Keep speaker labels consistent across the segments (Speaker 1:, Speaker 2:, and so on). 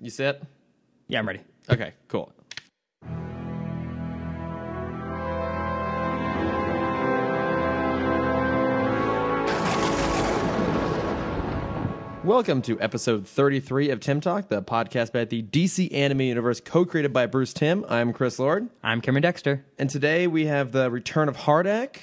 Speaker 1: You set?
Speaker 2: Yeah, I'm ready.
Speaker 1: Okay, cool. Welcome to episode 33 of Tim Talk, the podcast about the DC anime universe co created by Bruce Tim. I'm Chris Lord.
Speaker 2: I'm Cameron Dexter.
Speaker 1: And today we have the return of Hardak.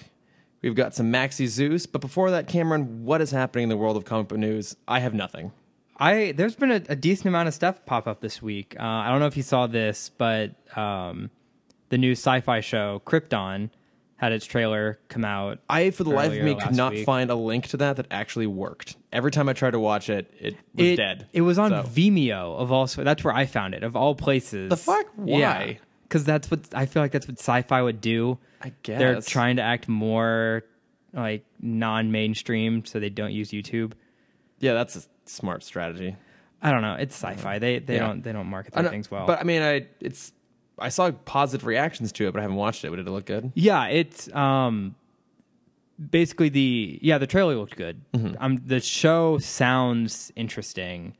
Speaker 1: We've got some Maxi Zeus. But before that, Cameron, what is happening in the world of comic book news? I have nothing.
Speaker 2: I there's been a, a decent amount of stuff pop up this week. Uh, I don't know if you saw this, but um, the new sci-fi show Krypton had its trailer come out.
Speaker 1: I, for the life of
Speaker 2: earlier
Speaker 1: me, could
Speaker 2: last
Speaker 1: not
Speaker 2: week.
Speaker 1: find a link to that that actually worked. Every time I tried to watch it, it was
Speaker 2: it,
Speaker 1: dead.
Speaker 2: It was on
Speaker 1: So-
Speaker 2: Vimeo of all. That's where I found it of all places.
Speaker 1: The fuck? Why?
Speaker 2: Because that's what I feel like. That's what sci-fi would do.
Speaker 1: I
Speaker 2: they're
Speaker 1: guess.
Speaker 2: trying to act more like non-mainstream, so they don't use YouTube.
Speaker 1: yeah, that's a smart strategy.
Speaker 2: I don't know. It's sci-fi. They they
Speaker 1: Mm. Yeah.
Speaker 2: don't they don't market
Speaker 1: I
Speaker 2: their
Speaker 1: don't-
Speaker 2: things well.
Speaker 1: But I mean, I it's I saw positive reactions to it, but I haven't watched it. But did it look good?
Speaker 2: Yeah, it's um basically the yeah, the trailer looked good. Um the show sounds interesting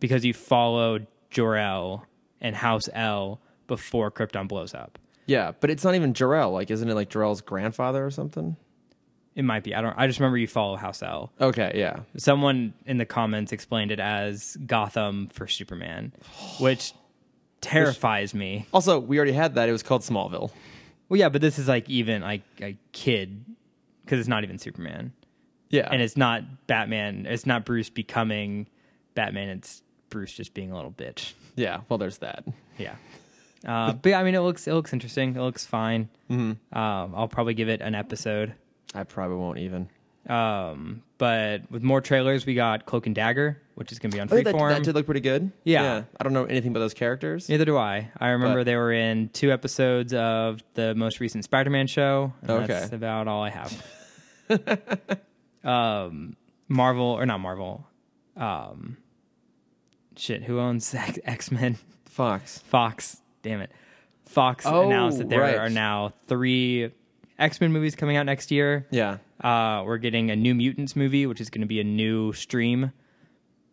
Speaker 2: because you follow Jor-El and House L before Krypton blows up.
Speaker 1: Yeah, but it's not even Jarrell. Like, isn't it like Jarrell's grandfather or something?
Speaker 2: It might be. I don't I just remember you follow House L.
Speaker 1: Okay, yeah.
Speaker 2: Someone in the comments explained it as Gotham for Superman, which terrifies me.
Speaker 1: Also, we already had that. It was called Smallville.
Speaker 2: Well, yeah, but this is like even like a kid cuz it's not even Superman.
Speaker 1: Yeah,
Speaker 2: and it's not Batman. It's not Bruce becoming Batman. It's Bruce just being a little bitch.
Speaker 1: yeah. Well, there's that.
Speaker 2: Yeah. Uh, but yeah, I mean, it looks it looks interesting. It looks fine.
Speaker 1: Mm-hmm.
Speaker 2: Um, I'll probably give it an episode.
Speaker 1: I probably won't even.
Speaker 2: Um, but with more trailers, we got Cloak and Dagger, which is gonna be
Speaker 1: I
Speaker 2: on
Speaker 1: think Oh, that,
Speaker 2: Freeform.
Speaker 1: that did look pretty good.
Speaker 2: Yeah.
Speaker 1: I don't know anything about those characters.
Speaker 2: Neither do I. I remember
Speaker 1: But-
Speaker 2: they were in two episodes of the most recent Spider-Man show. And That's
Speaker 1: Okay.
Speaker 2: about all I have. um, Marvel or not Marvel. Um, shit. Who owns X- X-Men?
Speaker 1: Fox.
Speaker 2: Fox. Damn it. Fox
Speaker 1: Oh,
Speaker 2: announced that there
Speaker 1: right.
Speaker 2: are now three X-Men movies coming out next year.
Speaker 1: Yeah.
Speaker 2: Uh, we're getting a new Mutants movie, which is going to be a new stream,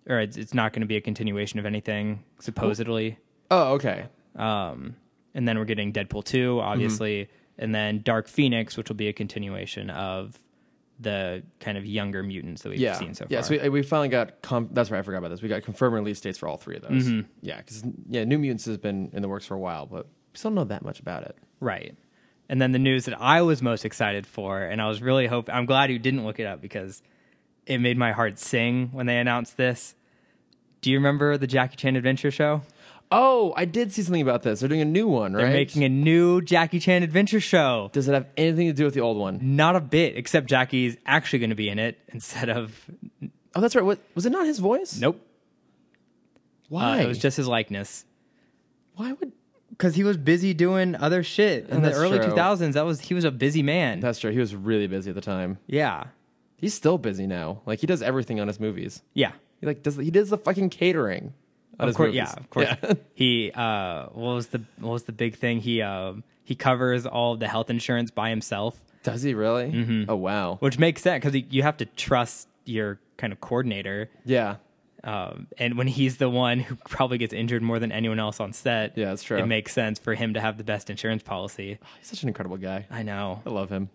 Speaker 2: or it's, it's not going to be a continuation of anything supposedly.
Speaker 1: Oh, okay.
Speaker 2: Um, and then we're getting Deadpool 2, obviously, and then Dark Phoenix, which will be a continuation of the kind of younger mutants that we've
Speaker 1: yeah.
Speaker 2: seen so
Speaker 1: yeah,
Speaker 2: far.
Speaker 1: so we, we finally got. Com- that's right. I forgot about this. We got confirmed release dates for all three of those.
Speaker 2: Mm-hmm.
Speaker 1: Yeah, because yeah, New Mutants has been in the works for a while, but we still don't know that much about it.
Speaker 2: right. And then the news that I was most excited for, and I was really hoping, I'm glad you didn't look it up because it made my heart sing when they announced this. Do you remember the Jackie Chan Adventure Show?
Speaker 1: Oh, I did see something about this. They're doing a new one, right?
Speaker 2: They're making a new Jackie Chan Adventure Show.
Speaker 1: Does it have anything to do with the old one?
Speaker 2: Not a bit, except Jackie's actually going to be in it instead of.
Speaker 1: Oh, that's right. What, was it not his voice?
Speaker 2: Nope. Uh,
Speaker 1: Why?
Speaker 2: it was just his likeness.
Speaker 1: Why would?
Speaker 2: because he was busy doing other shit in the
Speaker 1: That's
Speaker 2: early
Speaker 1: true.
Speaker 2: two thousands. That was he was a busy man.
Speaker 1: That's true. He was really busy at the time.
Speaker 2: yeah,
Speaker 1: He's still busy now. Like he does everything on his movies.
Speaker 2: yeah,
Speaker 1: He like does. He does the fucking catering. On
Speaker 2: of
Speaker 1: his
Speaker 2: course,
Speaker 1: movies.
Speaker 2: yeah, of course. He uh, what was the what was the big thing? He um he covers all of the health insurance by himself,
Speaker 1: Does he really?
Speaker 2: Mm-hmm.
Speaker 1: Oh wow.
Speaker 2: which makes sense because you have to trust your kind of coordinator.
Speaker 1: Yeah.
Speaker 2: Um, and when he's the one who probably gets injured more than anyone else on set,
Speaker 1: Yeah, that's true.
Speaker 2: It makes sense for him to have the best insurance policy.
Speaker 1: He's such an incredible guy.
Speaker 2: I know.
Speaker 1: I love him.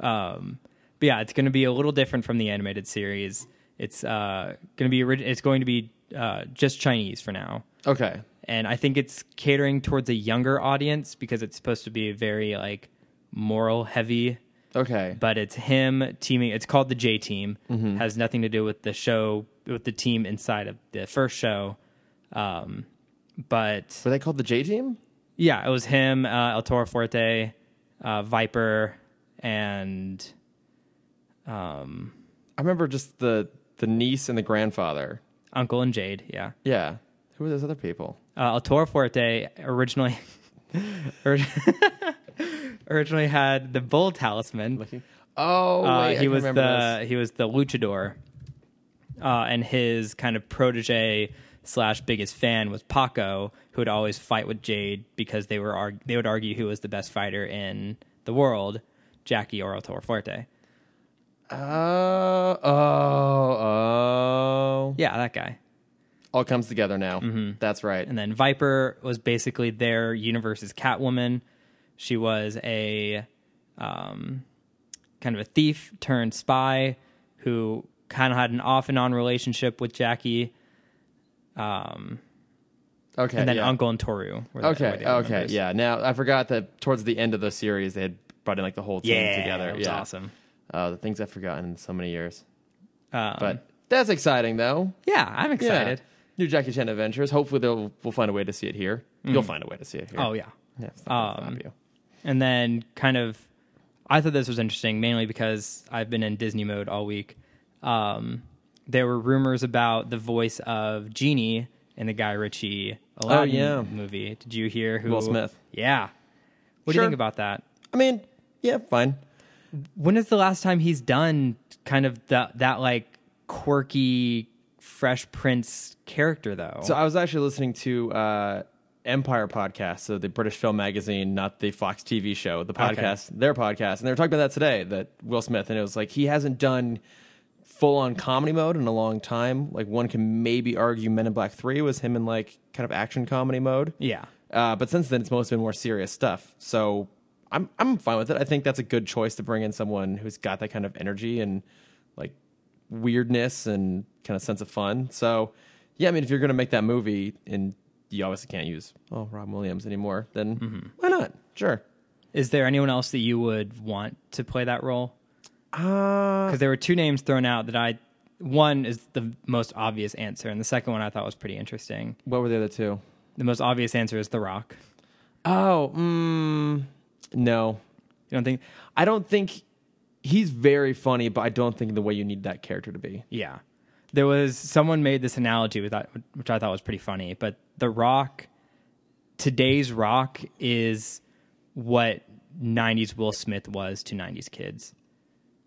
Speaker 2: Um, but yeah, it's going to be a little different from the animated series. It's uh, going to be orig- it's going to be uh, just Chinese for now,
Speaker 1: Okay.
Speaker 2: and I think it's catering towards a younger audience because it's supposed to be very like moral heavy.
Speaker 1: Okay.
Speaker 2: But it's him teaming. It's called the J Team. Has nothing to do with the show with the team inside of the first show. Um, but
Speaker 1: Were they called the J Team?
Speaker 2: yeah, it was him, uh, El Toro Forte, uh, Viper, and um,
Speaker 1: I remember just the the niece and the grandfather.
Speaker 2: Uncle and Jade. Yeah,
Speaker 1: Yeah. Who were those other people?
Speaker 2: uh, El Toro Forte originally orig- originally had the Bull Talisman.
Speaker 1: Oh,
Speaker 2: Uh,
Speaker 1: wait, I
Speaker 2: he
Speaker 1: can
Speaker 2: was the
Speaker 1: remember this.
Speaker 2: he was the luchador, uh, and his kind of protege slash biggest fan was Paco, who would always fight with Jade because they were arg- they would argue who was the best fighter in the world, Jackie or El Toro Forte.
Speaker 1: Oh, oh, oh.
Speaker 2: Yeah, that guy.
Speaker 1: all comes together now. That's right.
Speaker 2: Mm-hmm. And then Viper was basically their universe's Catwoman. She was a um, kind of a thief turned spy who kind of had an off and on relationship with Jackie,
Speaker 1: okay.
Speaker 2: and then
Speaker 1: yeah.
Speaker 2: Uncle and Toru. Were the- were
Speaker 1: Okay.
Speaker 2: the other
Speaker 1: okay.
Speaker 2: members.
Speaker 1: Yeah. Now I forgot that towards the end of the series they had brought in like the whole team
Speaker 2: yeah,
Speaker 1: together.
Speaker 2: It was
Speaker 1: yeah.
Speaker 2: awesome.
Speaker 1: Uh, the things I've forgotten in so many years,
Speaker 2: Um,
Speaker 1: but that's exciting though.
Speaker 2: yeah, I'm excited.
Speaker 1: New Jackie Chan Adventures. Hopefully they'll we'll find a way to see it here. You'll find a way to see it here.
Speaker 2: Mm-hmm. Oh yeah.
Speaker 1: yeah. It's not gonna
Speaker 2: um,
Speaker 1: stop you.
Speaker 2: And then kind of, I thought this was interesting mainly because I've been in Disney mode all week. Um, there were rumors about the voice of Genie in the Guy Ritchie Aladdin
Speaker 1: Oh, yeah.
Speaker 2: movie. Did you hear who?
Speaker 1: Will Smith.
Speaker 2: Yeah. What do
Speaker 1: Sure.
Speaker 2: you think about that?
Speaker 1: I mean, yeah, fine.
Speaker 2: When is the last time he's done kind of that that like quirky Fresh Prince character though?
Speaker 1: So I was actually listening to uh, Empire podcast, so the British film magazine, not the Fox TV show, the podcast, their podcast, and they were talking about that today. That Will Smith, and it was like he hasn't done full on comedy mode in a long time. Like one can maybe argue Men in Black Three was him in like kind of action comedy mode.
Speaker 2: yeah.
Speaker 1: Uh, but since then, it's mostly been more serious stuff. So I'm I'm fine with it. I think that's a good choice to bring in someone who's got that kind of energy and like weirdness and kind of sense of fun. So yeah, I mean, if you're gonna make that movie and you obviously can't use oh Rob Williams anymore, then why not? Sure.
Speaker 2: Is there anyone else that you would want to play that role?
Speaker 1: Uh,
Speaker 2: because there were two names thrown out that I one is the most obvious answer, and the second one I thought was pretty interesting.
Speaker 1: what were the other two?
Speaker 2: The most obvious answer is The Rock.
Speaker 1: Oh, mm, no,
Speaker 2: You don't think?
Speaker 1: I don't think he's very funny, but I don't think the way you need that character to be.
Speaker 2: Yeah, there was someone made this analogy with that, which I thought was pretty funny. But The Rock, today's Rock is what '90s Will Smith was to '90s kids.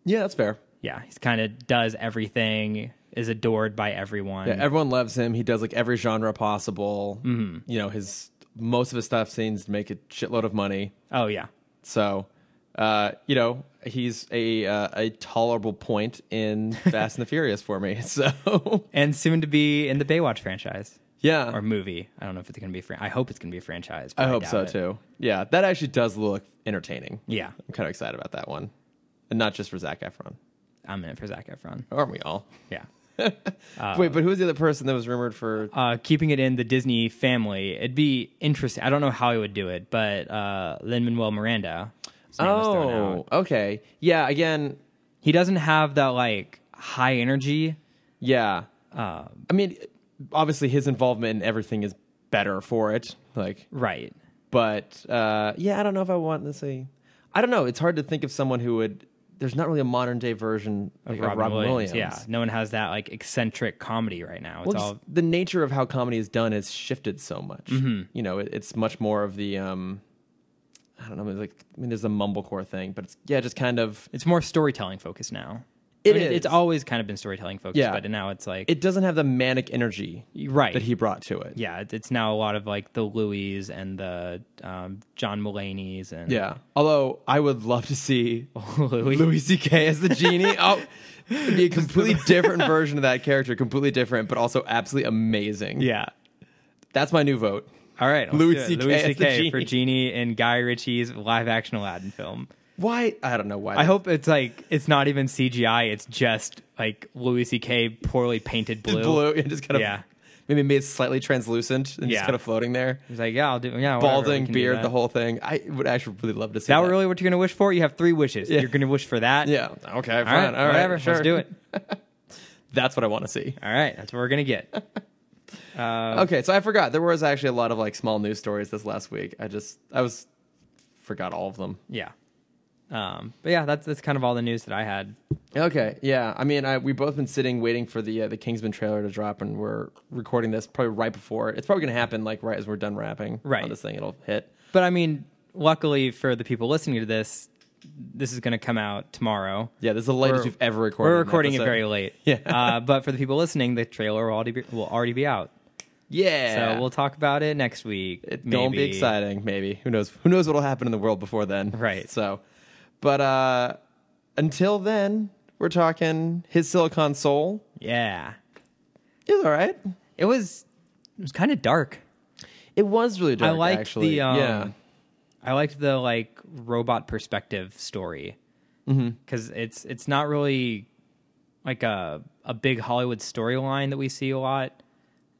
Speaker 1: Yeah, that's fair.
Speaker 2: Yeah, he's kind of does everything, is adored by everyone.
Speaker 1: Yeah, everyone loves him. He does like every genre possible. Mm-hmm. You know, his most of his stuff seems to make a shitload of money.
Speaker 2: oh yeah,
Speaker 1: So, uh, you know, he's a uh, a tolerable point in Fast and the Furious for me. So,
Speaker 2: and soon to be in the Baywatch franchise.
Speaker 1: yeah,
Speaker 2: or movie. I don't know if it's going to be. a Fran- I hope it's going to be a franchise. but
Speaker 1: I hope
Speaker 2: doubt
Speaker 1: so
Speaker 2: it.
Speaker 1: too. Yeah, that actually does look entertaining.
Speaker 2: Yeah,
Speaker 1: I'm kind of excited about that one, and not just for Zach Efron,
Speaker 2: I'm in it for Zac Efron.
Speaker 1: aren't we all?
Speaker 2: Yeah,
Speaker 1: Wait, but who was the other person that was rumored for?
Speaker 2: uh, keeping it in the Disney family, it'd be interesting. I don't know how he would do it, but uh, Lin Manuel Miranda. his name was thrown out.
Speaker 1: Oh, okay, yeah. Again,
Speaker 2: he doesn't have that like high energy.
Speaker 1: Yeah.
Speaker 2: Um,
Speaker 1: I mean, obviously his involvement in everything is better for it. Like,
Speaker 2: Right.
Speaker 1: but uh, yeah, I don't know if I want to say. I don't know. It's hard to think of someone who would. There's not really a modern day version like, of Robin, Williams.
Speaker 2: Yeah. No one has that like eccentric comedy right now. It's
Speaker 1: Well, just
Speaker 2: all
Speaker 1: the nature of how comedy is done has shifted so much.
Speaker 2: Mm-hmm.
Speaker 1: You know, it, it's much more of the. Um, I don't know. It's like I mean, there's a mumblecore thing, but it's yeah, just kind of.
Speaker 2: it's more storytelling focused now.
Speaker 1: It
Speaker 2: I mean,
Speaker 1: is.
Speaker 2: It's always kind of been storytelling focused,
Speaker 1: Yeah.
Speaker 2: but now it's like
Speaker 1: It doesn't have the manic energy
Speaker 2: right
Speaker 1: that he brought to it.
Speaker 2: yeah, it- it's now a lot of like the Louis and the um, John Mulaney's and
Speaker 1: Yeah. Although I would love to see
Speaker 2: Louis.
Speaker 1: Louis C.K. as the genie. Oh, it'd be a completely different version of that character, completely different, but also absolutely amazing.
Speaker 2: Yeah.
Speaker 1: that's my new vote.
Speaker 2: All right, let's
Speaker 1: Louis
Speaker 2: do it.
Speaker 1: CK
Speaker 2: Louis
Speaker 1: as the
Speaker 2: CK
Speaker 1: genie.
Speaker 2: for Genie and Guy Ritchie's live action Aladdin film.
Speaker 1: Why? I don't know why.
Speaker 2: I hope it's like it's not even CGI. It's just like Louis C.K. poorly painted blue.
Speaker 1: Just blue and just kind of
Speaker 2: Yeah.
Speaker 1: maybe made slightly translucent and
Speaker 2: Yeah.
Speaker 1: just kind of floating there,
Speaker 2: He's like, yeah, I'll do. Yeah, whatever, we
Speaker 1: balding
Speaker 2: can do
Speaker 1: beard,
Speaker 2: that.
Speaker 1: the whole thing. I would actually really love to see
Speaker 2: Is that
Speaker 1: that.
Speaker 2: really what you're gonna wish for? You have three wishes. You're gonna wish for that.
Speaker 1: Yeah. Okay. Fine.
Speaker 2: All right.
Speaker 1: all right,
Speaker 2: whatever.
Speaker 1: Sure.
Speaker 2: Let's do it.
Speaker 1: That's what I want to see.
Speaker 2: All right. That's what we're gonna get. Uh,
Speaker 1: Okay. So I forgot there was actually a lot of like small news stories this last week. I just I was forgot all of them.
Speaker 2: yeah. Um, but yeah, that's that's kind of all the news that I had.
Speaker 1: Okay, yeah. I mean, I, we've both been sitting waiting for the uh, the Kingsman trailer to drop, and we're recording this probably right before. It's probably going to happen like right as we're done wrapping
Speaker 2: Right.
Speaker 1: on this thing. It'll hit.
Speaker 2: But I mean, luckily for the people listening to this, this is going to come out tomorrow.
Speaker 1: Yeah, this is the latest
Speaker 2: We're-
Speaker 1: we've ever recorded.
Speaker 2: We're
Speaker 1: an
Speaker 2: recording it
Speaker 1: episode.
Speaker 2: very late.
Speaker 1: Yeah.
Speaker 2: uh, but for the people listening, the trailer will already be, will already be out.
Speaker 1: Yeah,
Speaker 2: So we'll talk about it next week.
Speaker 1: It's gonna be exciting. Maybe who knows? Who knows what'll happen in the world before then?
Speaker 2: Right.
Speaker 1: So, but uh until then, we're talking his Silicon Soul.
Speaker 2: Yeah.
Speaker 1: It's all right.
Speaker 2: It was it was kind of dark.
Speaker 1: It was really dark.
Speaker 2: I liked
Speaker 1: actually.
Speaker 2: the um,
Speaker 1: yeah.
Speaker 2: I liked the like robot perspective story
Speaker 1: Mm-hmm.
Speaker 2: because it's it's not really like a a big Hollywood storyline that we see a lot,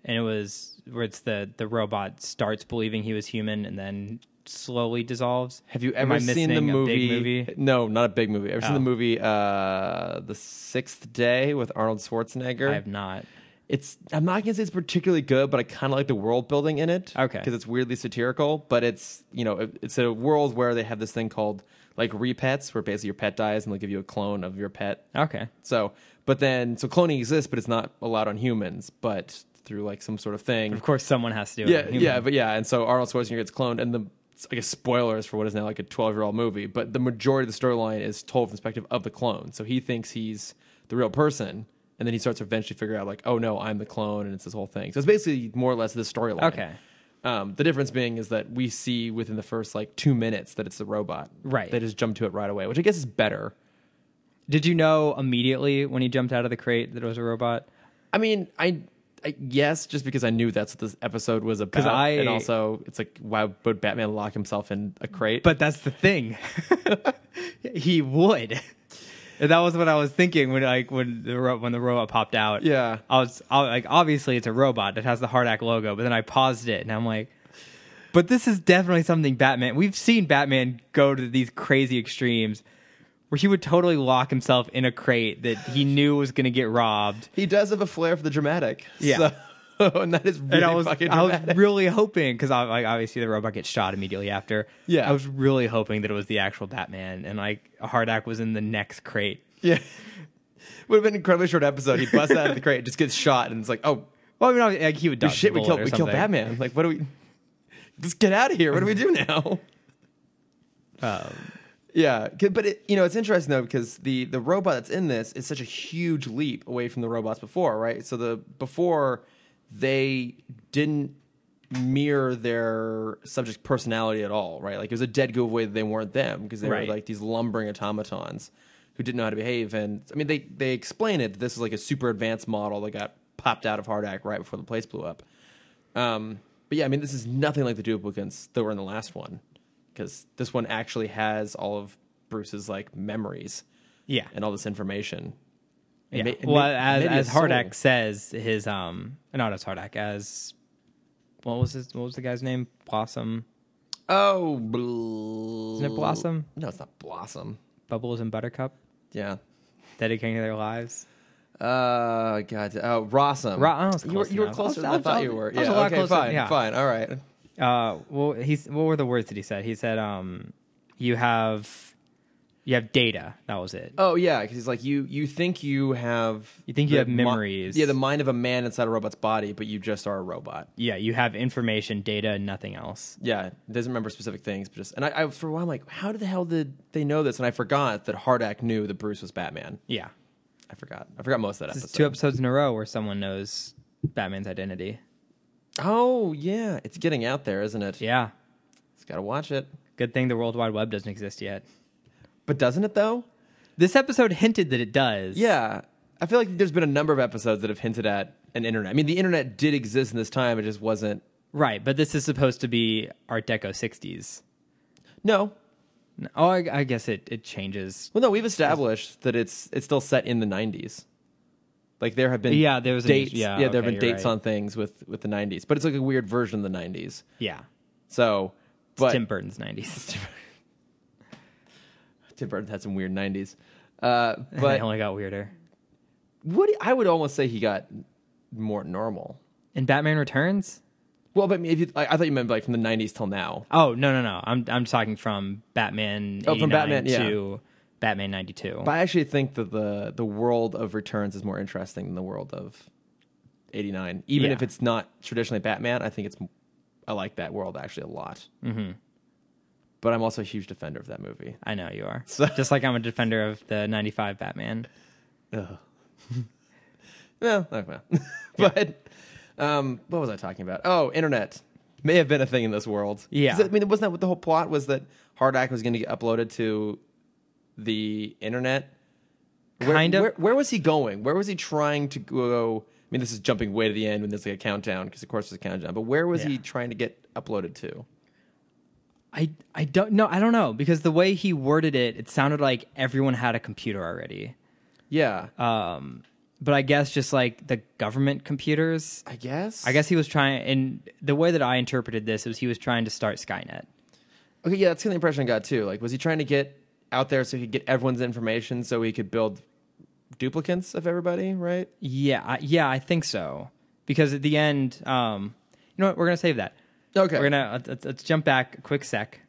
Speaker 2: and it was where it's the the robot starts believing he was human and then slowly dissolves.
Speaker 1: Have you
Speaker 2: Am I
Speaker 1: ever seen the
Speaker 2: missing a big
Speaker 1: movie,
Speaker 2: movie?
Speaker 1: No, not a big movie. Ever seen
Speaker 2: Oh.
Speaker 1: the movie uh, The Sixth Day with Arnold Schwarzenegger?
Speaker 2: I have not.
Speaker 1: it's I'm not gonna say it's particularly good, but I kind of like the world building in it.
Speaker 2: Okay.
Speaker 1: because it's weirdly satirical, but it's you know it- it's a world where they have this thing called like repets, where basically your pet dies and they'll give you a clone of your pet.
Speaker 2: Okay.
Speaker 1: So, but then so cloning exists, but it's not allowed on humans, but through like some sort of thing.
Speaker 2: Of course, someone has to do
Speaker 1: yeah,
Speaker 2: it.
Speaker 1: yeah, but yeah, and so Arnold Schwarzenegger gets cloned, and the I guess spoilers for what is now like a 12 year old movie, but the majority of the storyline is told from the perspective of the clone. So he thinks he's the real person, and then he starts to eventually figure out like, oh no, I'm the clone, and it's this whole thing. So it's basically more or less the storyline.
Speaker 2: Okay.
Speaker 1: Um, the difference being is that we see within the first like two minutes that it's the robot.
Speaker 2: Right.
Speaker 1: They just jump to it right away, which I guess is better.
Speaker 2: Did you know immediately when he jumped out of the crate that it was a robot?
Speaker 1: I mean, I, I yes, just because I knew that's what this episode was about,
Speaker 2: I-
Speaker 1: and also it's like, why would Batman lock himself in a crate?
Speaker 2: But that's the thing. he would. And that was what I was thinking when like when the ro- when the robot popped out.
Speaker 1: Yeah.
Speaker 2: I was I, like obviously it's a robot that has the Hardak logo, but then I paused it and I'm like but this is definitely something Batman. We've seen Batman go to these crazy extremes where he would totally lock himself in a crate that he knew was going to get robbed.
Speaker 1: he does have a flair for the dramatic,
Speaker 2: Yeah.
Speaker 1: So, and that is really
Speaker 2: and I was
Speaker 1: fucking
Speaker 2: I
Speaker 1: dramatic.
Speaker 2: was really hoping because I like obviously the robot gets shot immediately after.
Speaker 1: Yeah.
Speaker 2: I was really hoping that it was the actual Batman and like Hardak was in the next crate.
Speaker 1: yeah, would have been an incredibly short episode. He busts out of the crate, just gets shot, and it's like, oh
Speaker 2: Well, I mean, obvi- like he would dodge.
Speaker 1: shit,
Speaker 2: the
Speaker 1: we
Speaker 2: bullet
Speaker 1: killed
Speaker 2: or
Speaker 1: we killed
Speaker 2: something.
Speaker 1: Batman. Like, what do we? Just get out of here. What do we do now?
Speaker 2: Um,
Speaker 1: Yeah, 'cause- but it, you know it's interesting though because the the robot that's in this is such a huge leap away from the robots before, right? So the before they didn't mirror their subject personality at all, right? Like it was a dead giveaway that they weren't them because they
Speaker 2: Right.
Speaker 1: were like these lumbering automatons who didn't know how to behave. And I mean, they they explain it that this is like a super advanced model that got popped out of Hardak right before the place blew up. Um, but yeah, I mean, this is nothing like the duplicants that were in the last one because this one actually has all of Bruce's like memories
Speaker 2: yeah.
Speaker 1: and all this information.
Speaker 2: yeah.
Speaker 1: And ma- and
Speaker 2: well,
Speaker 1: ma-
Speaker 2: as
Speaker 1: maybe
Speaker 2: as
Speaker 1: his soul.
Speaker 2: Hardak says, his um, not as Hardak as what was his what was the guy's name? Blossom,
Speaker 1: Oh, bl-
Speaker 2: Isn't it Blossom?
Speaker 1: No, it's not Blossom.
Speaker 2: Bubbles, and Buttercup
Speaker 1: Yeah.
Speaker 2: dedicating their lives.
Speaker 1: Uh, God. Oh, Rossum.
Speaker 2: Ro- oh, it's
Speaker 1: you were,
Speaker 2: close
Speaker 1: you were
Speaker 2: enough.
Speaker 1: closer
Speaker 2: I
Speaker 1: than
Speaker 2: was-
Speaker 1: I thought
Speaker 2: I
Speaker 1: you
Speaker 2: was-
Speaker 1: were.
Speaker 2: I was
Speaker 1: yeah,
Speaker 2: a lot
Speaker 1: okay,
Speaker 2: closer,
Speaker 1: Fine,
Speaker 2: yeah.
Speaker 1: fine. All right.
Speaker 2: Uh, well, he's what were the words that he said? He said, um, you have you have data. That was it.
Speaker 1: Oh yeah, because he's like you. You think you have.
Speaker 2: You think you
Speaker 1: the
Speaker 2: have
Speaker 1: mi-
Speaker 2: memories.
Speaker 1: yeah, the mind of a man inside a robot's body, but you just are a robot.
Speaker 2: yeah, you have information, data, and nothing else.
Speaker 1: Yeah, it doesn't remember specific things, but just and I, I for a while I'm like, how the hell did they know this? And I forgot that Hardak knew that Bruce was Batman.
Speaker 2: Yeah.
Speaker 1: I forgot. I forgot most of that
Speaker 2: This is
Speaker 1: episode.
Speaker 2: two episodes in a row where someone knows Batman's identity.
Speaker 1: oh yeah, it's getting out there, isn't it?
Speaker 2: Yeah.
Speaker 1: it's got to watch it.
Speaker 2: Good thing the World Wide Web doesn't exist yet.
Speaker 1: But doesn't it though?
Speaker 2: This episode hinted that it does.
Speaker 1: Yeah, I feel like there's been a number of episodes that have hinted at an internet. I mean, the internet did exist in this time; it just wasn't.
Speaker 2: Right, but this is supposed to be Art Deco 60s.
Speaker 1: No,
Speaker 2: No, Oh, I, I guess it, it changes.
Speaker 1: well, no, we've established that it's it's still set in the '90s. Like there have been
Speaker 2: Yeah, there was an
Speaker 1: dates.
Speaker 2: issue- yeah,
Speaker 1: there
Speaker 2: okay,
Speaker 1: have been
Speaker 2: you're
Speaker 1: dates
Speaker 2: right.
Speaker 1: on things with with the '90s, but it's like a weird version of the '90s.
Speaker 2: Yeah.
Speaker 1: So, but
Speaker 2: Tim Burton's 90s.
Speaker 1: Tim Burton had some weird '90s. Uh,
Speaker 2: But it
Speaker 1: but
Speaker 2: only got weirder.
Speaker 1: what I would almost say he got more normal.
Speaker 2: And Batman Returns?
Speaker 1: Well, but I mean, if you, I, I thought you meant like from the '90s till now.
Speaker 2: Oh, no, no, no. I'm I'm talking from Batman
Speaker 1: Oh, from
Speaker 2: 89
Speaker 1: Batman, yeah.
Speaker 2: to Batman 92.
Speaker 1: But I actually think that the the world of returns is more interesting than the world of '89, even
Speaker 2: Yeah.
Speaker 1: if it's not traditionally Batman. I think it's I like that world actually a lot. Mm-hmm. But I'm also a huge defender of that movie.
Speaker 2: I know you are. Just like I'm a defender of the 95 Batman.
Speaker 1: Ugh. well, okay, well. but um, what was I talking about? Oh, internet may have been a thing in this world.
Speaker 2: Yeah.
Speaker 1: 'Cause, I mean, wasn't that what the whole plot was that Hardak was going to get uploaded to the internet? Where,
Speaker 2: Kind of.
Speaker 1: Where, where was he going? Where was he trying to go mean, this is jumping way to the end when there's like a countdown because of course there's a countdown. But where was he
Speaker 2: Yeah.
Speaker 1: trying to get uploaded to?
Speaker 2: I I don't know. I don't know because the way he worded it, it sounded like everyone had a computer already.
Speaker 1: Yeah,
Speaker 2: Um, but I guess just like the government computers.
Speaker 1: I guess.
Speaker 2: I guess he was trying, and the way that I interpreted this was he was trying to start Skynet.
Speaker 1: Okay, yeah, that's kind of the impression I got too. Like, was he trying to get out there so he could get everyone's information so he could build duplicates of everybody, right?
Speaker 2: Yeah, I, yeah, I think so. Because at the end, um, you know what? We're gonna save that.
Speaker 1: Okay.
Speaker 2: We're gonna let's- let's, let's jump back a quick sec.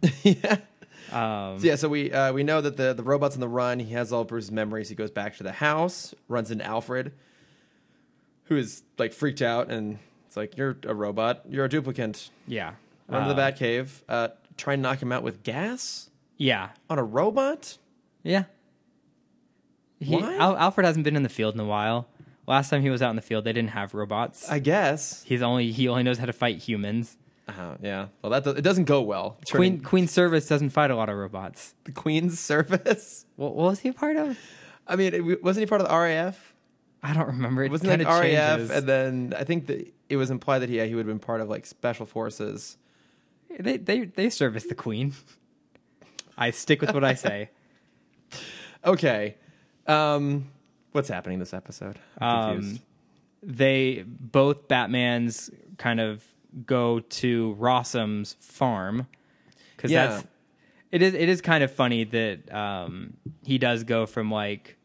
Speaker 2: Um,
Speaker 1: So, yeah, so we uh, we know that the the robot's on the run. He has all Bruce's memories. He goes back to the house, runs into Alfred, who is like freaked out, and it's like, "You're a robot. You're a duplicant."
Speaker 2: yeah.
Speaker 1: Run to
Speaker 2: Uh,
Speaker 1: the Batcave. Uh, try and knock him out with gas
Speaker 2: Yeah.
Speaker 1: on a robot.
Speaker 2: Yeah. He,
Speaker 1: Why?
Speaker 2: Al- Alfred hasn't been in the field in a while. Last time he was out in the field, they didn't have robots.
Speaker 1: I guess.
Speaker 2: He's only he only knows how to fight humans.
Speaker 1: Uh, yeah. Well, that does, it doesn't go well.
Speaker 2: Queen
Speaker 1: Turning
Speaker 2: Queen Service doesn't fight a lot of robots.
Speaker 1: the Queen's service.
Speaker 2: What, what was he a part of?
Speaker 1: I mean, it, wasn't he part of the RAF?
Speaker 2: I don't remember. It
Speaker 1: Wasn't
Speaker 2: kind
Speaker 1: it
Speaker 2: of
Speaker 1: RAF?
Speaker 2: changes.
Speaker 1: And then I think that it was implied that he yeah, he would have been part of like special forces.
Speaker 2: They they they service the queen. I stick with what I say.
Speaker 1: Okay, um, what's happening this episode? I'm
Speaker 2: um,
Speaker 1: confused.
Speaker 2: they both Batman's kind of go to Rossum's farm because
Speaker 1: Yeah.
Speaker 2: that's it is it is kind of funny that um, he does go from like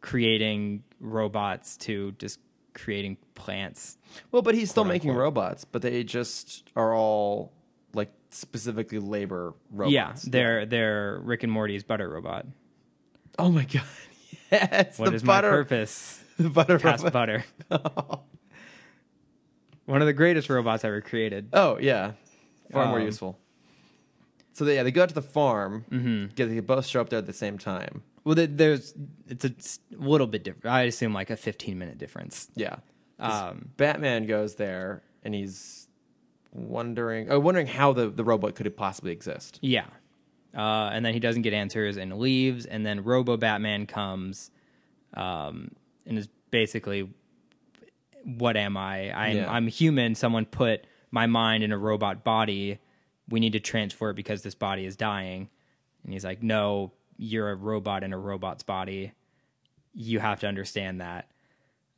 Speaker 2: creating robots to just creating plants.
Speaker 1: well, but he's still
Speaker 2: quote,
Speaker 1: making
Speaker 2: unquote.
Speaker 1: robots, but they just are all like specifically labor robots.
Speaker 2: Yeah, they're they're Rick and Morty's butter robot.
Speaker 1: Oh my god! Yes,
Speaker 2: What is
Speaker 1: the
Speaker 2: my
Speaker 1: butter,
Speaker 2: purpose?
Speaker 1: the butter
Speaker 2: Pass
Speaker 1: robot.
Speaker 2: butter. One of the greatest robots ever created.
Speaker 1: Oh yeah, far more
Speaker 2: Um,
Speaker 1: useful. So they, yeah, they go out to the farm.
Speaker 2: Mm-hmm.
Speaker 1: Get they both show up there at the same time.
Speaker 2: Well, there- there's it's a s- little bit different. I assume like a 15 minute difference.
Speaker 1: Yeah. 'Cause
Speaker 2: Um,
Speaker 1: Batman goes there and he's wondering, oh, wondering how the, the robot could possibly exist.
Speaker 2: Yeah, uh, and then he doesn't get answers and leaves, and then Robo Batman comes, um, and is basically, "What am I? I'm
Speaker 1: Yeah.
Speaker 2: I'm human. Someone put my mind in a robot body. We need to transfer it because this body is dying." And he's like, "No, you're a robot in a robot's body. You have to understand that."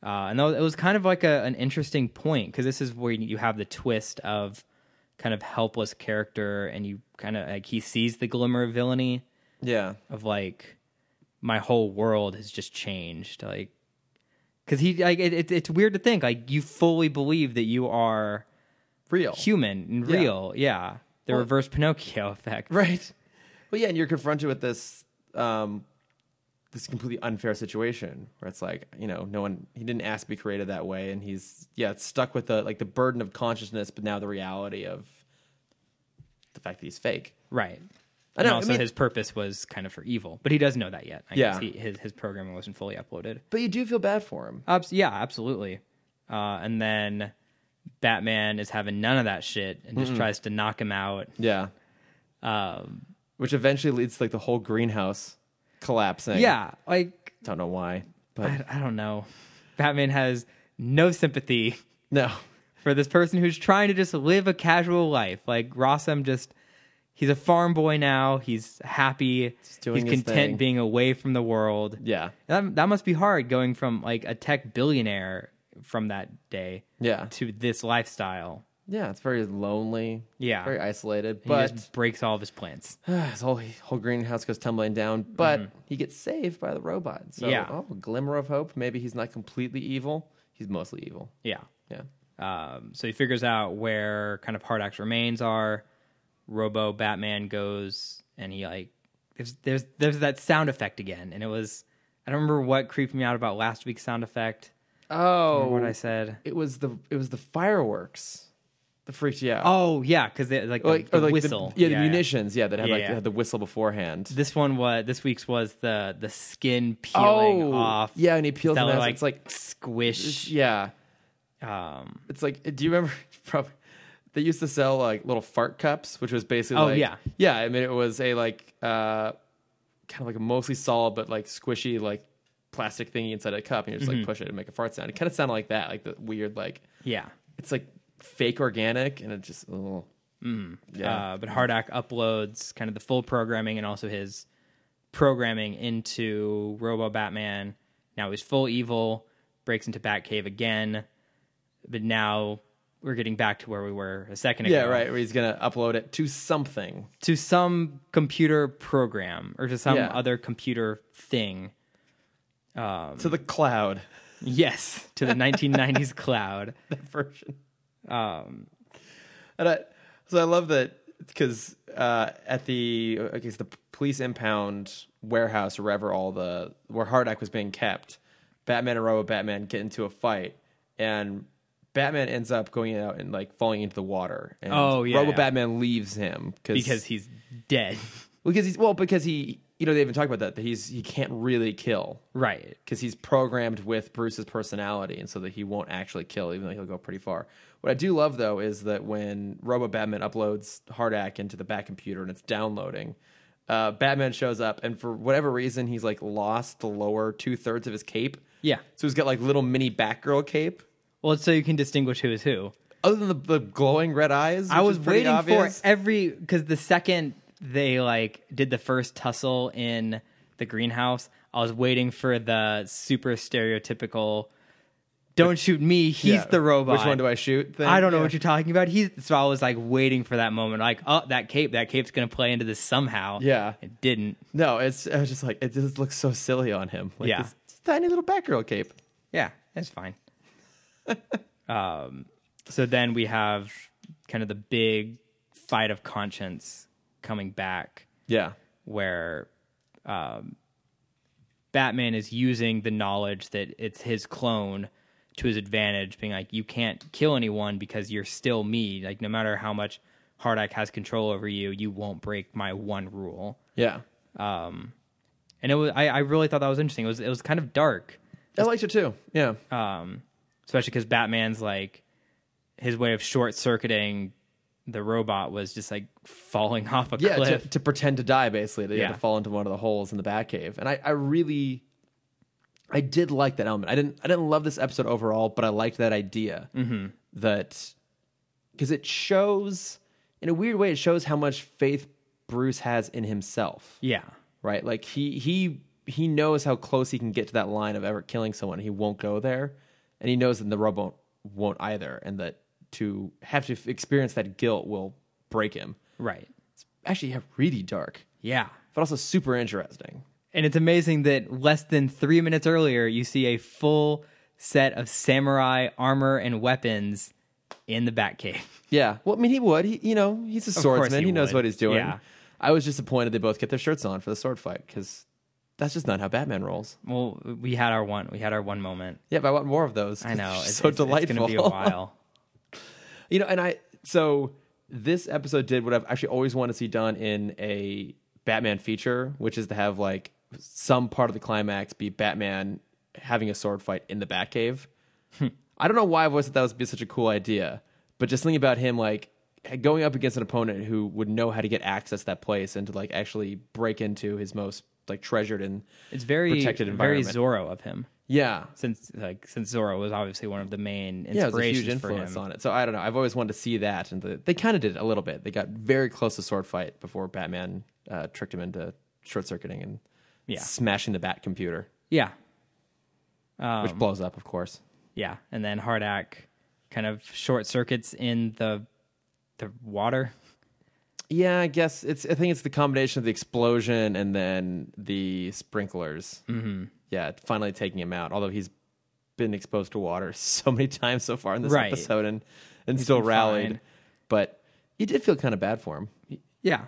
Speaker 2: Uh, and tho- it was kind of like a, an interesting point because this is where you have the twist of kind of helpless character, and you kind of like he sees the glimmer of villainy
Speaker 1: Yeah.
Speaker 2: of like my whole world has just changed, like because he like it, it, it's weird to think like you fully believe that you are
Speaker 1: Real.
Speaker 2: human and
Speaker 1: Yeah.
Speaker 2: real, yeah, the reverse Pinocchio effect,
Speaker 1: Right. Well, yeah, and you're confronted with this um, this completely unfair situation where it's like, you know, no one he didn't ask to be created that way, and he's yeah stuck with the like the burden of consciousness, but now the reality of the fact that he's fake.
Speaker 2: right?
Speaker 1: I
Speaker 2: And
Speaker 1: know, I
Speaker 2: also,
Speaker 1: mean-
Speaker 2: his purpose was kind of for evil, but he doesn't know that yet. I
Speaker 1: Yeah.
Speaker 2: guess he, his his programming wasn't fully uploaded.
Speaker 1: But you do feel bad for him.
Speaker 2: Abs- yeah, absolutely. Uh, and then Batman is having none of that shit and just tries to knock him out.
Speaker 1: Yeah.
Speaker 2: Um,
Speaker 1: Which eventually leads to like the whole greenhouse collapsing.
Speaker 2: yeah, like
Speaker 1: Don't know why. But
Speaker 2: I, I don't know. Batman has no sympathy
Speaker 1: no.
Speaker 2: for this person who's trying to just live a casual life. Like Rossum just he's a farm boy now. He's happy.
Speaker 1: doing
Speaker 2: he's
Speaker 1: his
Speaker 2: content
Speaker 1: thing.
Speaker 2: being away from the world.
Speaker 1: Yeah.
Speaker 2: That that must be hard going from like a tech billionaire from that day
Speaker 1: Yeah.
Speaker 2: to this lifestyle.
Speaker 1: Yeah, it's very lonely.
Speaker 2: Yeah.
Speaker 1: Very isolated.
Speaker 2: He
Speaker 1: But
Speaker 2: just breaks all of his plants.
Speaker 1: his whole whole greenhouse goes tumbling down. But he gets saved by the robot. So
Speaker 2: Mm-hmm. Yeah.
Speaker 1: oh, a glimmer of hope. Maybe he's not completely evil. He's mostly evil.
Speaker 2: Yeah.
Speaker 1: Yeah.
Speaker 2: Um, so he figures out where kind of Hardak's remains are. Robo Batman goes and he like there's there's there's that sound effect again, and it was I don't remember what creeped me out about last week's sound effect.
Speaker 1: Oh
Speaker 2: What I said.
Speaker 1: it was the it was the fireworks that freaked you out.
Speaker 2: Oh yeah, because like the,
Speaker 1: Like-
Speaker 2: the
Speaker 1: or like
Speaker 2: whistle.
Speaker 1: yeah, the munitions, yeah, that had
Speaker 2: Yeah,
Speaker 1: like
Speaker 2: yeah.
Speaker 1: had the whistle beforehand.
Speaker 2: This one was this week's was the the skin peeling
Speaker 1: oh,
Speaker 2: off.
Speaker 1: yeah, and he peels
Speaker 2: that
Speaker 1: them
Speaker 2: looked
Speaker 1: out.
Speaker 2: like,
Speaker 1: it's like
Speaker 2: squish.
Speaker 1: yeah.
Speaker 2: Um,
Speaker 1: It's like, do you remember? Probably, they used to sell like little fart cups, which was basically
Speaker 2: Oh,
Speaker 1: like,
Speaker 2: yeah.
Speaker 1: yeah. I mean, it was a like uh, kind of like a mostly solid but like squishy like plastic thingy inside a cup, and you just
Speaker 2: Mm-hmm.
Speaker 1: like push it and make a fart sound. It kind of sounded like that, like the weird like
Speaker 2: Yeah.
Speaker 1: it's like fake organic, and it just ugh. yeah.
Speaker 2: Uh, but Hardak uploads kind of the full programming and also his programming into Robo Batman. Now he's full evil, breaks into Batcave again, but now we're getting back to where we were a second ago.
Speaker 1: yeah, right. Where he's gonna upload it to something.
Speaker 2: To some computer program or to some
Speaker 1: Yeah.
Speaker 2: other computer thing. Um,
Speaker 1: to the cloud
Speaker 2: Yes, to the 1990s cloud.
Speaker 1: that version. Um, and I, so I love that because uh, at the I guess the police impound warehouse or wherever all the where Hardak was being kept, Batman and Robo Batman get into a fight, and Batman ends up going out and like falling into the water. And
Speaker 2: Oh, yeah,
Speaker 1: Robo
Speaker 2: yeah.
Speaker 1: Batman leaves him
Speaker 2: Because he's dead.
Speaker 1: because he's well because he you know they even talk about that that he's he can't really kill
Speaker 2: Right.
Speaker 1: because he's programmed with Bruce's personality, and so that he won't actually kill, even though he'll go pretty far. What I do love though is that when Robo Batman uploads Hardak into the back computer and it's downloading, uh, Batman shows up, and for whatever reason, he's like lost the lower two thirds of his cape.
Speaker 2: Yeah.
Speaker 1: so he's got like little mini Batgirl cape.
Speaker 2: Well, it's so you can distinguish who is who.
Speaker 1: Other than the, the glowing red eyes,
Speaker 2: I
Speaker 1: which
Speaker 2: was
Speaker 1: is pretty
Speaker 2: waiting
Speaker 1: obvious.
Speaker 2: for every because the second they like did the first tussle in the greenhouse, I was waiting for the super stereotypical. Don't shoot me. He's
Speaker 1: Yeah.
Speaker 2: the robot.
Speaker 1: Which one do I shoot? Thing.
Speaker 2: I don't know
Speaker 1: Yeah.
Speaker 2: what you're talking about. He's so I was like waiting for that moment. Like, oh, that cape. That cape's gonna play into this somehow.
Speaker 1: Yeah.
Speaker 2: it didn't.
Speaker 1: No, it's I was just like it just looks so silly on him. Like
Speaker 2: Yeah.
Speaker 1: this tiny little Batgirl cape.
Speaker 2: Yeah, that's fine. um, so then we have kind of the big fight of conscience coming back.
Speaker 1: Yeah.
Speaker 2: where um, Batman is using the knowledge that it's his clone to his advantage, being like, you can't kill anyone because you're still me. Like, no matter how much Hardak has control over you, you won't break my one rule.
Speaker 1: Yeah.
Speaker 2: And it was, I, I really thought that was interesting. It was, it was kind of dark,
Speaker 1: I liked it too. Yeah.
Speaker 2: Uh, especially because Batman's like, his way of short circuiting the robot was just like falling off a
Speaker 1: yeah,
Speaker 2: cliff.
Speaker 1: to, to pretend to die basically, to,
Speaker 2: Yeah.
Speaker 1: to fall into one of the holes in the Batcave. And I, I really, I did like that element. I didn't, I didn't love this episode overall, but I liked that idea
Speaker 2: Mm-hmm.
Speaker 1: that because it shows, in a weird way, it shows how much faith Bruce has in himself
Speaker 2: yeah.
Speaker 1: right? Like he he he knows how close he can get to that line of ever killing someone. He won't go there, and he knows that the robot won't either, and that to have to f- experience that guilt will break him.
Speaker 2: Right.
Speaker 1: It's actually yeah, really dark,
Speaker 2: Yeah.
Speaker 1: but also super interesting.
Speaker 2: And it's amazing that less than three minutes earlier, you see a full set of samurai armor and weapons in the Batcave.
Speaker 1: Yeah, well, I mean, he would. He, you know, he's a
Speaker 2: course
Speaker 1: swordsman.
Speaker 2: he
Speaker 1: He, knows
Speaker 2: would.
Speaker 1: what he's doing.
Speaker 2: Yeah.
Speaker 1: I was just disappointed they both get their shirts on for the sword fight because that's just not how Batman rolls.
Speaker 2: Well, we had our one. We had our one moment.
Speaker 1: Yeah, but I want more of those.
Speaker 2: I know.
Speaker 1: it's so delightful.
Speaker 2: It's going to be a while.
Speaker 1: You know, and I so this episode did what I've actually always wanted to see done in a Batman feature, which is to have like some part of the climax be Batman having a sword fight in the Batcave. I don't know why I always thought that would be such a cool idea, but just something about him like going up against an opponent who would know how to get access to that place and to like actually break into his most like treasured and
Speaker 2: It's very
Speaker 1: protected
Speaker 2: very
Speaker 1: environment.
Speaker 2: Zorro of him.
Speaker 1: yeah,
Speaker 2: Since like since Zorro was obviously one of the
Speaker 1: yeah,
Speaker 2: main
Speaker 1: it was a
Speaker 2: inspirations
Speaker 1: huge influence
Speaker 2: for him.
Speaker 1: on it. So I don't know. I've always wanted to see that, and the, they kind of did it a little bit. They got very close to sword fight before Batman uh, tricked him into short circuiting and
Speaker 2: Yeah.
Speaker 1: smashing the Bat computer,
Speaker 2: Yeah, Um,
Speaker 1: which blows up, of course.
Speaker 2: yeah. And then Hardak kind of short circuits in the the water.
Speaker 1: Yeah, I guess it's. I think it's the combination of the explosion and then the sprinklers. Mm-hmm. Yeah, finally taking him out. Although he's been exposed to water so many times so far in this
Speaker 2: Right.
Speaker 1: episode, and and still
Speaker 2: been
Speaker 1: rallied,
Speaker 2: fine.
Speaker 1: but you did feel kind of bad for him.
Speaker 2: Yeah.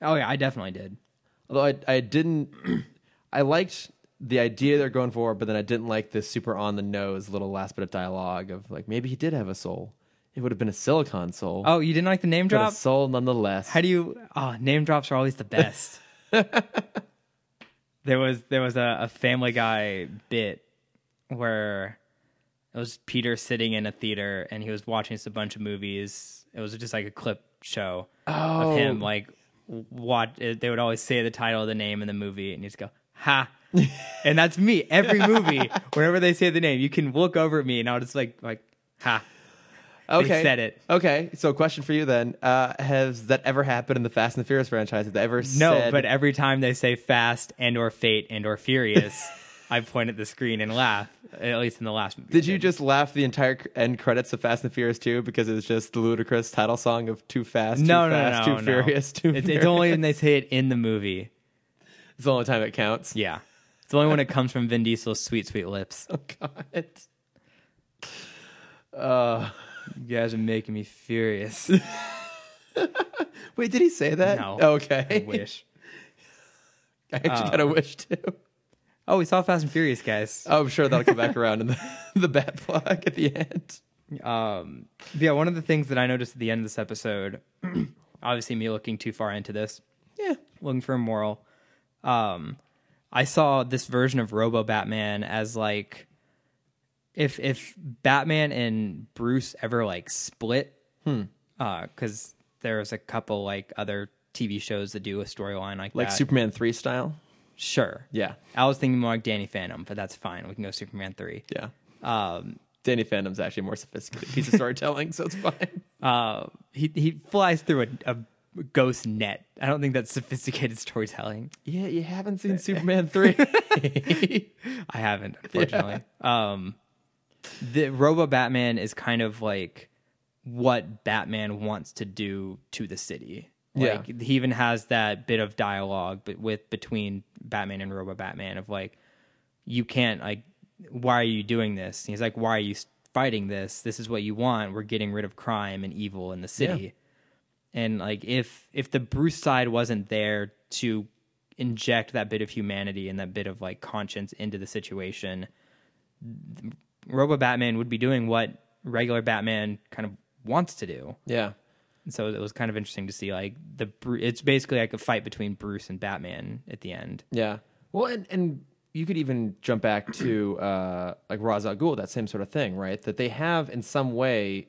Speaker 2: Oh yeah, I definitely did.
Speaker 1: Although I, I didn't, I liked the idea they're going for, but then I didn't like the super on the nose little last bit of dialogue of like maybe he did have a soul. It would have been a silicon soul,
Speaker 2: Oh, you didn't like the name
Speaker 1: but
Speaker 2: drop?
Speaker 1: a soul nonetheless.
Speaker 2: How do you? Oh, name drops are always the best. there was there was a, a Family Guy bit where it was Peter sitting in a theater and he was watching just a bunch of movies. It was just like a clip show of him like what they would always say the title of the name in the movie and he'd just go ha and that's me every movie. Whenever they say the name, you can look over at me, and I'll just like like ha.
Speaker 1: Okay.
Speaker 2: said it.
Speaker 1: Okay. So, question for you then: uh, Has that ever happened in the Fast and the Furious franchise? Have they ever
Speaker 2: No,
Speaker 1: said,
Speaker 2: but every time they say fast and or fate and or furious, I point at the screen and laugh. At least in the last movie.
Speaker 1: Did you just laugh the entire c- end credits of Fast and the Furious 2 because it was just the ludicrous title song of Too Fast, Too
Speaker 2: no, no,
Speaker 1: Fast,
Speaker 2: no,
Speaker 1: Too
Speaker 2: no.
Speaker 1: Furious, Too
Speaker 2: it's,
Speaker 1: Furious?
Speaker 2: it's only when they say it in the movie.
Speaker 1: It's the only time it counts.
Speaker 2: Yeah, it's only when it comes from Vin Diesel's sweet, sweet lips.
Speaker 1: Oh, God. Uh,
Speaker 2: You guys are making me furious.
Speaker 1: wait, did he say that?
Speaker 2: No.
Speaker 1: Okay.
Speaker 2: I wish.
Speaker 1: I actually kind of wish to.
Speaker 2: Oh, we saw Fast and Furious, guys.
Speaker 1: I'm sure that'll come back around in the, the bat plug at the end.
Speaker 2: Um, yeah, one of the things that I noticed at the end of this episode, obviously me looking too far into this,
Speaker 1: Yeah.
Speaker 2: looking for a moral. Um, I saw this version of Robo Batman as like, if if Batman and Bruce ever like split,
Speaker 1: Hmm.
Speaker 2: because there's a couple like other TV shows that do a storyline like
Speaker 1: Like
Speaker 2: that.
Speaker 1: Superman 3 style.
Speaker 2: sure,
Speaker 1: Yeah.
Speaker 2: I was thinking more like Danny Phantom, but that's fine. We can go Superman three. Um,
Speaker 1: Yeah. Danny Phantom's actually a more sophisticated piece of storytelling, so it's fine.
Speaker 2: uh, he he flies through a, a ghost net. I don't think that's sophisticated storytelling.
Speaker 1: Yeah, you haven't seen Superman 3.
Speaker 2: I haven't, unfortunately. Um, the Robo Batman is kind of like what Batman wants to do to the city.
Speaker 1: Yeah.
Speaker 2: Like he even has that bit of dialogue, but with between Batman and Robo Batman of like, you can't like, why are you doing this? And he's like, why are you s- fighting this? This is what you want. We're getting rid of crime and evil in the city. and like if if the bruce side wasn't there to inject that bit of humanity and that bit of like conscience into the situation th- robo batman would be doing what regular batman kind of wants to do
Speaker 1: yeah.
Speaker 2: and so it was kind of interesting to see like the Bru- it's basically like a fight between bruce and batman at the end
Speaker 1: Yeah. Well, and, and you could even jump back to uh, like Ra's al Ghul, that same sort of thing, right? That they have in some way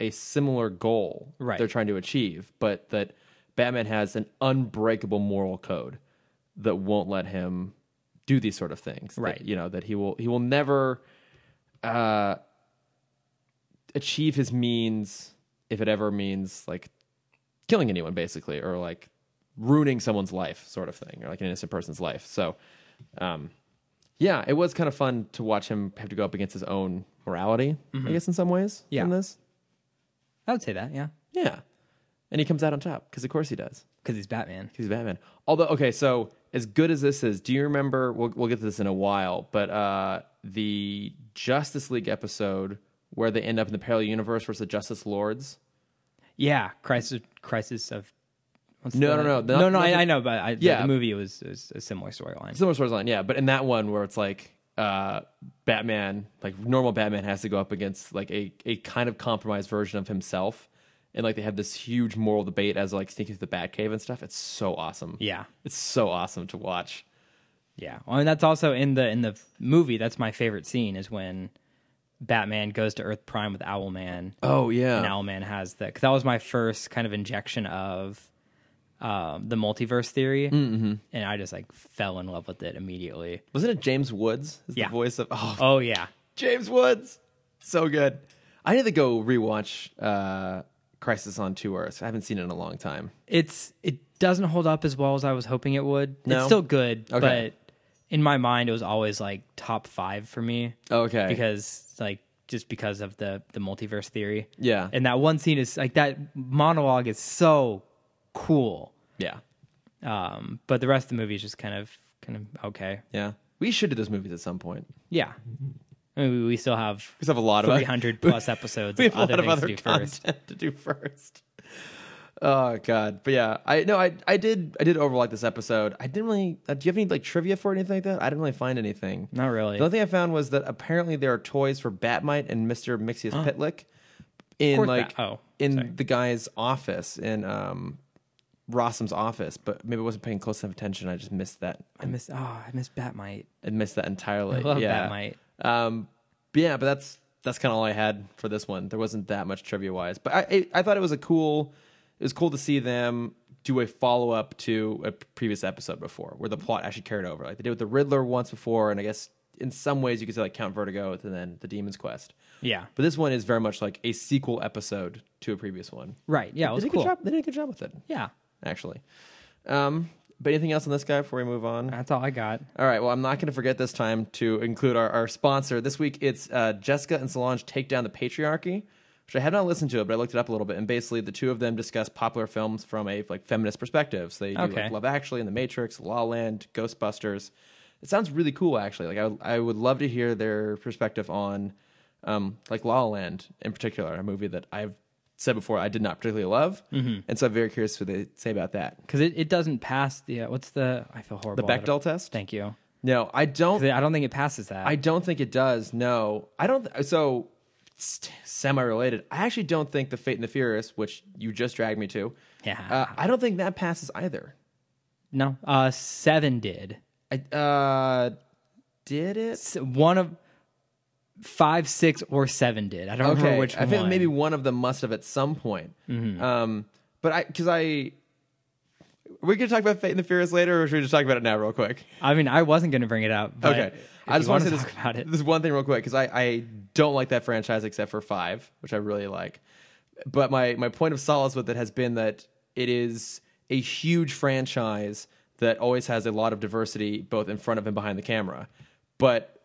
Speaker 1: a similar goal
Speaker 2: Right.
Speaker 1: they're trying to achieve, but that Batman has an unbreakable moral code that won't let him do these sort of things. That,
Speaker 2: Right.
Speaker 1: you know that he will he will never uh, achieve his means if it ever means like killing anyone basically or like ruining someone's life sort of thing or like an innocent person's life so um yeah it was kind of fun to watch him have to go up against his own morality i guess in some ways
Speaker 2: Yeah.
Speaker 1: in this
Speaker 2: i would say that yeah
Speaker 1: yeah and he comes out on top because of course he does
Speaker 2: because he's batman
Speaker 1: He's Batman. Although, okay, so as good as this is, do you remember? We'll, we'll get to this in a while, but uh, the Justice League episode where they end up in the parallel universe versus the Justice Lords.
Speaker 2: yeah crisis crisis of what's
Speaker 1: No, no,
Speaker 2: the-
Speaker 1: no, not-
Speaker 2: no, no.
Speaker 1: not
Speaker 2: I,
Speaker 1: the-
Speaker 2: I know, but I, yeah,
Speaker 1: Yeah.
Speaker 2: the, movie was, was a similar storyline.
Speaker 1: Similar storyline, yeah. But in that one where it's like uh, Batman, like normal Batman, has to go up against like a a kind of compromised version of himself, and like they have this huge moral debate as like sneaking through the Batcave and stuff. It's so awesome.
Speaker 2: Yeah,
Speaker 1: it's so awesome to watch.
Speaker 2: Yeah, well, and that's also in the in the movie. That's my favorite scene is when Batman goes to Earth Prime with Owlman,
Speaker 1: Oh
Speaker 2: and
Speaker 1: yeah,
Speaker 2: Owlman has the. Cause that was my first kind of injection of um, the multiverse theory, mm-hmm. and I just like fell in love with it immediately.
Speaker 1: wasn't it James Woods? Is
Speaker 2: Yeah.
Speaker 1: the voice of oh
Speaker 2: Oh yeah,
Speaker 1: James Woods. So good. I need to go rewatch uh, Crisis on Two Earths. I haven't seen it in a long time.
Speaker 2: it's it doesn't hold up as well as I was hoping it would. It's
Speaker 1: No?
Speaker 2: still good,
Speaker 1: Okay.
Speaker 2: but in my mind, it was always like top five for me
Speaker 1: Okay.
Speaker 2: because like just because of the the multiverse theory.
Speaker 1: yeah.
Speaker 2: And that one scene is like that monologue is so cool.
Speaker 1: yeah.
Speaker 2: Um, but the rest of the movie is just kind of kind of okay.
Speaker 1: Yeah. We should do those movies at some point.
Speaker 2: Yeah. I mean, we- we still have
Speaker 1: We still have a lot of
Speaker 2: 300 plus episodes
Speaker 1: we
Speaker 2: of
Speaker 1: have a
Speaker 2: other
Speaker 1: lot of
Speaker 2: things
Speaker 1: other
Speaker 2: to do
Speaker 1: content
Speaker 2: first.
Speaker 1: to do first. Oh god, but yeah, I no, I I did I did overlook this episode. I didn't really. Uh, do you have any like trivia for it, anything like that? I didn't really find anything.
Speaker 2: Not really.
Speaker 1: The only thing I found was that apparently there are toys for Batmite and Mister Mixius Pitlick in
Speaker 2: course
Speaker 1: like
Speaker 2: Bat- oh,
Speaker 1: in
Speaker 2: sorry.
Speaker 1: the guy's office in um Rossum's office, but maybe I wasn't paying close enough attention. I just missed that.
Speaker 2: I miss oh, I miss Batmite.
Speaker 1: I missed that entirely.
Speaker 2: I love
Speaker 1: yeah.
Speaker 2: Batmite.
Speaker 1: Um, but yeah, but that's that's kind of all I had for this one. There wasn't that much trivia wise, but I, I I thought it was a cool. It was cool to see them do a follow up to a previous episode before, where the plot actually carried over. Like they did with the Riddler once before, and I guess in some ways you could say like Count Vertigo and then the Demon's Quest.
Speaker 2: Yeah.
Speaker 1: But this one is very much like a sequel episode to a previous one.
Speaker 2: Right. Yeah. It
Speaker 1: They
Speaker 2: was
Speaker 1: did, a
Speaker 2: cool.
Speaker 1: good job. they did a good job with it,
Speaker 2: Yeah.
Speaker 1: actually. Um, but anything else on this guy before we move on?
Speaker 2: That's all I got.
Speaker 1: All right. Well, I'm not going to forget this time to include our, our sponsor. This week, it's uh, Jessica and Solange Take Down the Patriarchy, which I had not listened to it, but I looked it up a little bit. And basically, the two of them discuss popular films from a like feminist perspective. So they do
Speaker 2: Okay.
Speaker 1: like, Love Actually, and The Matrix, La La Land, Ghostbusters. It sounds really cool, actually. Like I, I would love to hear their perspective on um, like La La Land in particular, a movie that I've said before I did not particularly love,
Speaker 2: Mm-hmm.
Speaker 1: and so I'm very curious what they say about that.
Speaker 2: Because it, it doesn't pass the uh, what's the I feel horrible.
Speaker 1: The Bechdel test?
Speaker 2: Thank you.
Speaker 1: No, I don't
Speaker 2: 'Cause I don't think it passes that.
Speaker 1: I don't think it does. No, I don't. Th- so st- semi-related. I actually don't think the Fate and the Furious, which you just dragged me to,
Speaker 2: yeah.
Speaker 1: uh, I don't think that passes either.
Speaker 2: no. Uh, seven did.
Speaker 1: I uh, did it?
Speaker 2: S- One of five, six, or seven did. I don't remember which
Speaker 1: I feel
Speaker 2: one. Mm-hmm.
Speaker 1: maybe one of them must have at some point. Um, but I because I. We could talk about Fate and the Furious later, or should we just talk about it now, real quick?
Speaker 2: I mean, I wasn't going to bring it up. But
Speaker 1: Okay.
Speaker 2: if
Speaker 1: I just
Speaker 2: you
Speaker 1: want
Speaker 2: want
Speaker 1: to say
Speaker 2: talk
Speaker 1: this,
Speaker 2: about it.
Speaker 1: this one thing real quick because I, I don't like that franchise except for five, which I really like. But my, my point of solace with it has been that it is a huge franchise that always has a lot of diversity both in front of and behind the camera. But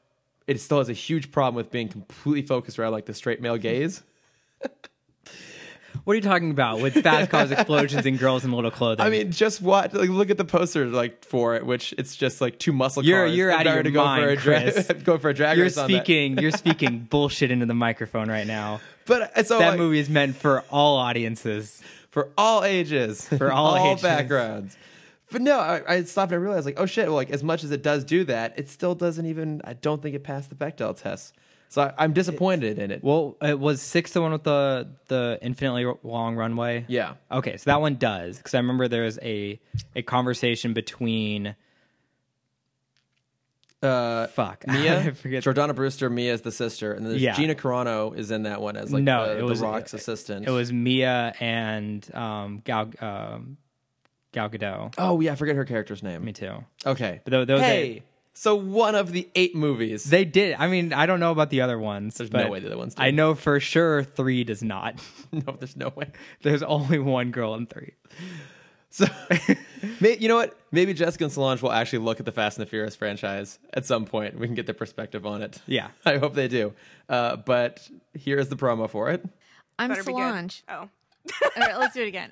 Speaker 1: it still has a huge problem with being completely focused around like the straight male gaze.
Speaker 2: What are you talking about with fast cars, explosions, and girls in little clothing?
Speaker 1: I mean, just watch, like, look at the poster like for it, which it's just like two muscle
Speaker 2: You're-
Speaker 1: cars.
Speaker 2: you're
Speaker 1: I'm
Speaker 2: out of
Speaker 1: tired
Speaker 2: your
Speaker 1: go for
Speaker 2: mind,
Speaker 1: a drag,
Speaker 2: Chris.
Speaker 1: go for a drag
Speaker 2: you're
Speaker 1: race on that.
Speaker 2: speaking. You're speaking bullshit into the microphone right now.
Speaker 1: But uh, so
Speaker 2: That
Speaker 1: like,
Speaker 2: movie is meant for all audiences.
Speaker 1: for all ages, for
Speaker 2: all ages.
Speaker 1: backgrounds. But no, I, I stopped and I realized, like, oh shit! Well, like, as much as it does do that, it still doesn't even. I don't think it passed the Bechdel test, so I, I'm disappointed in it.
Speaker 2: Well, it was six the one with the the infinitely long runway.
Speaker 1: Yeah.
Speaker 2: Okay, so that one does because I remember there was a a conversation between
Speaker 1: Uh,
Speaker 2: fuck I
Speaker 1: Mia,
Speaker 2: forget
Speaker 1: Jordana Brewster, Mia is the sister, and then there's
Speaker 2: Yeah.
Speaker 1: Gina Carano is in that one as like
Speaker 2: No,
Speaker 1: the,
Speaker 2: it
Speaker 1: the
Speaker 2: was- uh,
Speaker 1: Rock's assistant.
Speaker 2: it was Mia and um Gal um, Gal Gadot.
Speaker 1: oh yeah, I forget her character's name.
Speaker 2: Me too.
Speaker 1: Okay,
Speaker 2: But tho- those
Speaker 1: hey, so one of the eight movies.
Speaker 2: They did. I mean, I don't know about the other ones. There's
Speaker 1: no way the other ones did.
Speaker 2: I know for sure three does not.
Speaker 1: no, there's no way.
Speaker 2: There's only one girl in three.
Speaker 1: So, may, you know what? Maybe Jessica and Solange will actually look at the Fast and the Furious franchise at some point. We can get their perspective on it.
Speaker 2: Yeah.
Speaker 1: I hope they do. Uh, but here is the promo for it.
Speaker 3: I'm
Speaker 4: Better be good.
Speaker 3: Solange.
Speaker 4: Oh.
Speaker 3: All right, let's do it again.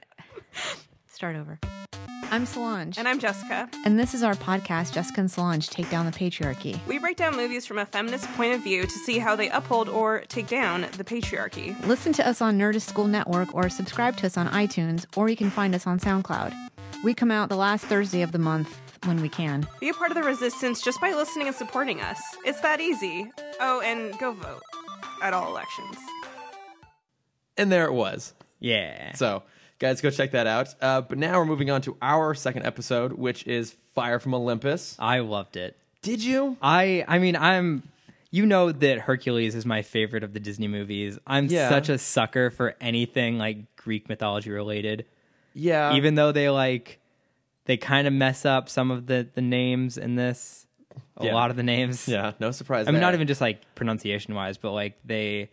Speaker 3: Start over. I'm Solange.
Speaker 4: And I'm Jessica.
Speaker 3: And this is our podcast, Jessica and Solange Take Down the Patriarchy.
Speaker 4: We break down movies from a feminist point of view to see how they uphold or take down the patriarchy.
Speaker 3: Listen to us on Nerdist School Network or subscribe to us on iTunes, or you can find us on SoundCloud. We come out the last Thursday of the month when we can.
Speaker 4: Be a part of the resistance just by listening and supporting us. It's that easy. Oh, and go vote at all elections.
Speaker 1: And there it was.
Speaker 2: Yeah.
Speaker 1: So, guys, go check that out. Uh, but now we're moving on to our second episode, which is Fire from Olympus.
Speaker 2: I loved it.
Speaker 1: Did you?
Speaker 2: I I mean I'm you know that Hercules is my favorite of the Disney movies. I'm
Speaker 1: Yeah.
Speaker 2: such a sucker for anything like Greek mythology related.
Speaker 1: Yeah.
Speaker 2: Even though they like they kind of mess up some of the the names in this a
Speaker 1: Yeah.
Speaker 2: lot of the names.
Speaker 1: Yeah. No surprise.
Speaker 2: I mean
Speaker 1: there.
Speaker 2: not even just like pronunciation wise, but like they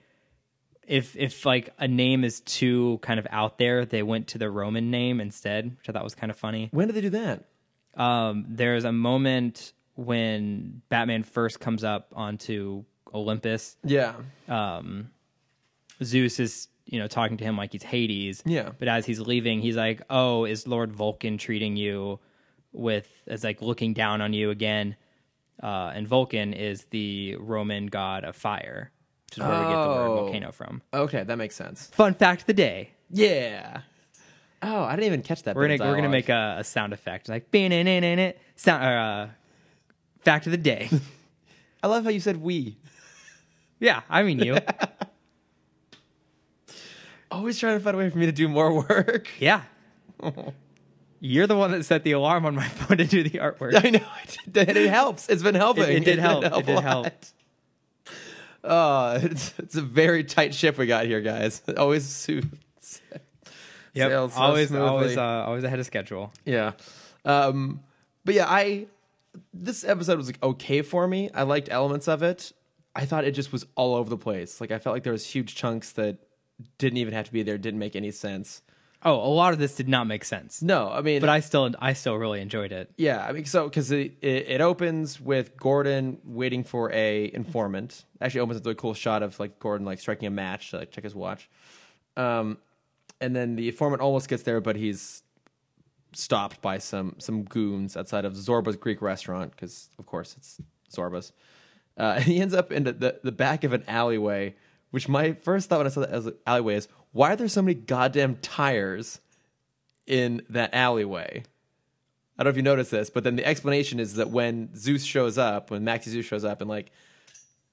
Speaker 2: if if like a name is too kind of out there, they went to the Roman name instead, which I thought was kind of funny
Speaker 1: When did they do that?
Speaker 2: um, there's a moment when Batman first comes up onto Olympus.
Speaker 1: Yeah.
Speaker 2: Zeus is, you know, talking to him like he's Hades.
Speaker 1: Yeah.
Speaker 2: But as he's leaving, he's like, "Oh, is Lord Vulcan treating you with as like looking down on you again?" Uh, and Vulcan is the Roman god of fire, which is where we get the word
Speaker 1: Oh.
Speaker 2: volcano from.
Speaker 1: Okay, that makes sense.
Speaker 2: Fun fact of the day:
Speaker 1: Yeah. Oh, I didn't even catch that.
Speaker 2: we're gonna we're gonna make a, a sound effect like "Bin in in in it sound or, uh, fact of the day.
Speaker 1: I love how you said we.
Speaker 2: yeah, I mean you.
Speaker 1: Always trying to find a way for me to do more work.
Speaker 2: Yeah. You're the one that set the alarm on my phone to do the artwork.
Speaker 1: I know it, did- it helps. It's been helping.
Speaker 2: It- it did help. It did
Speaker 1: a
Speaker 2: help.
Speaker 1: lot. Ah, Uh, it's, it's a very tight ship we got here, guys. Always su-
Speaker 2: Yep.
Speaker 1: Sailed so
Speaker 2: always, always,
Speaker 1: smoothly.
Speaker 2: uh, always ahead of schedule.
Speaker 1: Yeah. Um, but yeah, I this episode was like okay for me. I liked elements of it. I thought it just was all over the place. Like I felt like there was huge chunks that didn't even have to be there, didn't make any sense.
Speaker 2: Oh, a lot of this did not make sense,
Speaker 1: No, I mean,
Speaker 2: but I still, I still really enjoyed it.
Speaker 1: yeah, I mean, so because it, it it opens with Gordon waiting for a informant. Actually, opens with a cool shot of like Gordon like striking a match to like check his watch. Um, and then the informant almost gets there, but he's stopped by some some goons outside of Zorba's Greek restaurant because of course it's Zorba's. Uh, and he ends up in the, the the back of an alleyway, which my first thought when I saw that as an alleyway is why are there so many goddamn tires in that alleyway? I don't know if you noticed this, but then the explanation is that when Zeus shows up, when Maxi Zeus shows up and like